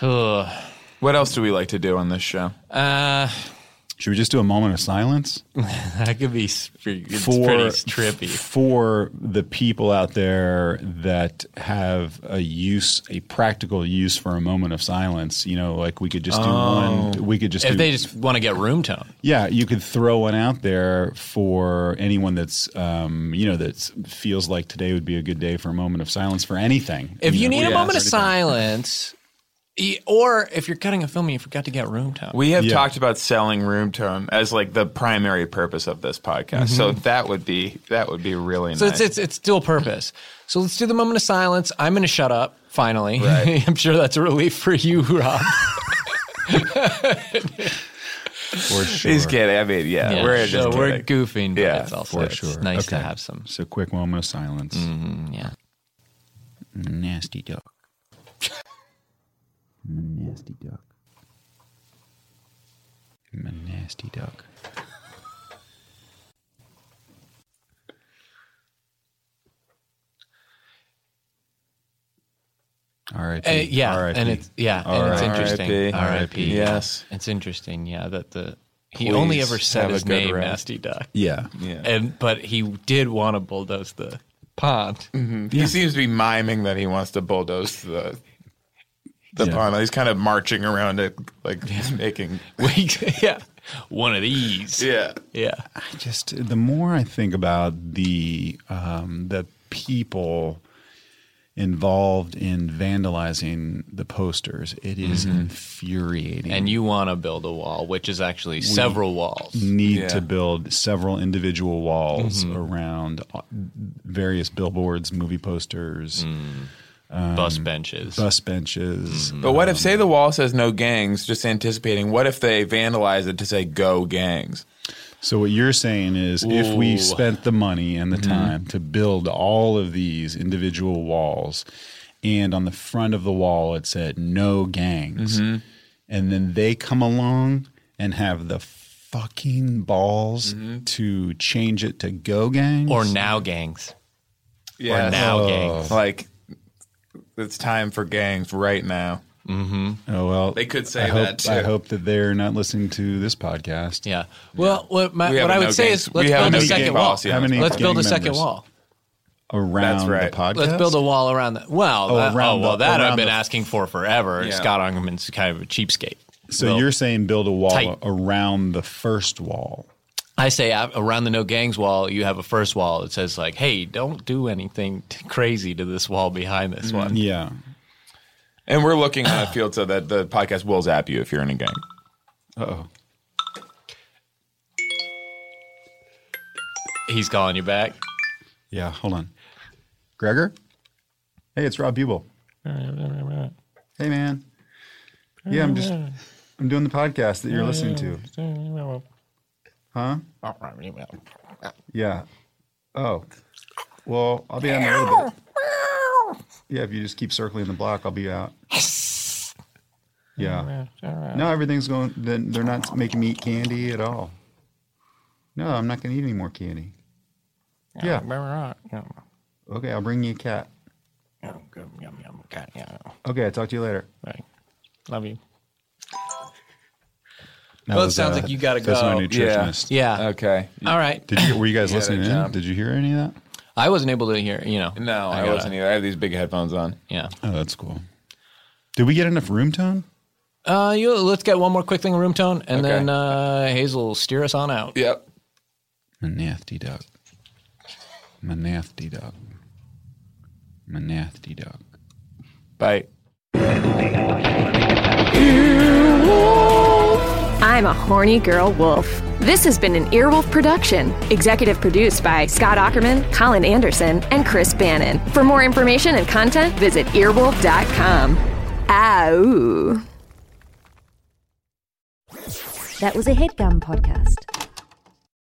Speaker 5: Ugh.
Speaker 4: What else do we like to do on this show?
Speaker 5: Uh,
Speaker 6: Should we just do a moment of silence
Speaker 5: that could be s- pretty, it's
Speaker 6: for
Speaker 5: pretty trippy.
Speaker 6: for the people out there that have a use, a practical use for a moment of silence? You know, like we could just do one. We could just
Speaker 5: Oh. If
Speaker 6: do
Speaker 5: they just want to get room tone.
Speaker 6: Yeah, you could throw one out there for anyone that's, um, you know, that feels like today would be a good day for a moment of silence for anything.
Speaker 5: If you
Speaker 6: know,
Speaker 5: need a
Speaker 6: yeah,
Speaker 5: moment of
Speaker 6: it's already
Speaker 5: silence, y- or if you're cutting a film and you forgot to get room tone.
Speaker 4: We have
Speaker 6: Yeah.
Speaker 4: talked about selling room term as like the primary purpose of this podcast. So
Speaker 6: Mm-hmm.
Speaker 4: that would be that would be really
Speaker 5: so
Speaker 4: nice.
Speaker 5: it's, it's it's still purpose. So let's do the moment of silence. I'm going to shut up finally.
Speaker 4: Right.
Speaker 5: I'm sure that's a relief for you, Rob.
Speaker 6: done. For sure.
Speaker 4: He's kidding. I mean, yeah,
Speaker 5: Yeah.
Speaker 4: we're
Speaker 5: so
Speaker 4: just
Speaker 5: we're
Speaker 4: kidding.
Speaker 5: goofing, but
Speaker 4: Yeah,
Speaker 5: it's
Speaker 6: For
Speaker 5: also it's
Speaker 6: sure.
Speaker 5: nice to
Speaker 6: Okay.
Speaker 5: have some.
Speaker 6: So quick moment of silence.
Speaker 5: Mm. Yeah.
Speaker 6: Nasty dog. I'm a nasty dog. I'm a nasty dog. All right.
Speaker 5: Uh, yeah, and it's yeah, and it's
Speaker 4: R.I.P..
Speaker 5: interesting. R.I.P.
Speaker 4: Yes.
Speaker 5: it's interesting. Yeah, that the he only ever said
Speaker 4: have a
Speaker 5: his
Speaker 4: good
Speaker 5: name,
Speaker 4: rest.
Speaker 5: Nasty Duck.
Speaker 6: yeah.
Speaker 5: and but he did want to bulldoze the pond.
Speaker 4: He seems to be miming that he wants to bulldoze the the
Speaker 6: Yeah.
Speaker 4: pond. He's kind of marching around it, like making
Speaker 5: We- yeah, one of these.
Speaker 4: yeah.
Speaker 5: yeah.
Speaker 6: I just the more I think about the um, the people involved in vandalizing the posters, it is infuriating.
Speaker 5: Mm-hmm. And you want to build a wall, which is actually several walls.
Speaker 6: need
Speaker 4: Yeah.
Speaker 6: to build several individual walls
Speaker 5: Mm-hmm.
Speaker 6: around uh, various billboards, movie posters,
Speaker 5: Mm. bus benches.
Speaker 6: bus benches.
Speaker 5: Mm-hmm.
Speaker 4: But what if, say, the wall says no gangs, just anticipating? What if they vandalize it to say go gangs?
Speaker 6: So what you're saying is, if
Speaker 5: Ooh. Mm-hmm.
Speaker 6: we spent the money and the time to build all of these individual walls, and on the front of the wall it said no gangs,
Speaker 5: Mm-hmm.
Speaker 6: and then they come along and have the fucking balls to change it to go gangs
Speaker 5: Mm-hmm. or now gangs.
Speaker 4: Yeah,
Speaker 5: Or now gangs.
Speaker 4: like it's time for gangs right now.
Speaker 6: Oh well,
Speaker 4: They could say
Speaker 6: I hope,
Speaker 4: that, too.
Speaker 6: I hope that they're not listening to this podcast.
Speaker 5: Yeah. Well, what, my,
Speaker 4: We have
Speaker 5: Uh, what
Speaker 4: a
Speaker 5: I would
Speaker 4: no
Speaker 5: say
Speaker 4: gangs-
Speaker 5: is
Speaker 4: we
Speaker 5: let's
Speaker 4: have a
Speaker 5: build a
Speaker 4: no
Speaker 5: second
Speaker 4: gang
Speaker 5: wall.
Speaker 4: policy.
Speaker 6: How many
Speaker 5: Let's build a
Speaker 6: gang
Speaker 5: second
Speaker 6: members
Speaker 5: wall.
Speaker 6: around
Speaker 4: right.
Speaker 6: the podcast.
Speaker 5: Let's build a wall around that. Well,
Speaker 6: Oh,
Speaker 5: that, oh,
Speaker 6: around
Speaker 5: well,
Speaker 6: the-
Speaker 5: that I've
Speaker 6: around
Speaker 5: been
Speaker 6: the-
Speaker 5: asking for forever.
Speaker 4: Yeah.
Speaker 5: Scott Ungerman's kind of a cheapskate.
Speaker 6: So
Speaker 5: Well,
Speaker 6: you're saying build a wall
Speaker 5: tight.
Speaker 6: around the first wall.
Speaker 5: I say uh, around the no gangs wall, you have a first wall that says like, "Hey, don't do anything t- crazy to this wall behind this one."
Speaker 6: Yeah.
Speaker 4: And we're looking on a field so that the podcast will zap you if you're in a gang.
Speaker 5: He's calling you back.
Speaker 6: Yeah. Hold on, Gregor. Hey, it's Rob Bubel. Hey, man. Yeah, I'm just I'm doing the podcast that you're listening to. Huh? Yeah. Oh, well, I'll be out in a little bit. Yeah, if you just keep circling the block, I'll be out. Yeah. No, everything's going. They're they're not making me eat candy at all. No, I'm not going to eat any more candy. Yeah. Okay, I'll bring you a cat. Okay, I'll talk to you later.
Speaker 7: Love you.
Speaker 5: Well, it sounds like you gotta
Speaker 6: uh, that's my
Speaker 5: go.
Speaker 6: nutritionist.
Speaker 5: Yeah.
Speaker 4: Okay.
Speaker 5: All right.
Speaker 6: Did you, were you guys
Speaker 4: Yeah,
Speaker 6: listening
Speaker 4: that
Speaker 6: in?
Speaker 4: job.
Speaker 6: Did you hear any of that?
Speaker 5: I wasn't able to hear. You know.
Speaker 4: No, I,
Speaker 5: gotta-
Speaker 4: wasn't either. I have these big headphones on.
Speaker 5: Yeah.
Speaker 6: Oh, that's cool. Did we get enough room tone?
Speaker 5: Uh, you, let's get one more quick thing, room tone, and
Speaker 4: Okay.
Speaker 5: then uh, Hazel will steer us on out.
Speaker 4: Yep.
Speaker 6: My nasty duck. My nasty duck. My nasty duck.
Speaker 4: Bye.
Speaker 9: I'm a horny girl wolf. This has been an Earwolf production, executive produced by Scott Ackerman, Colin Anderson, and Chris Bannon. For more information and content, visit earwolf.com. Ow.
Speaker 1: That was a headgum podcast.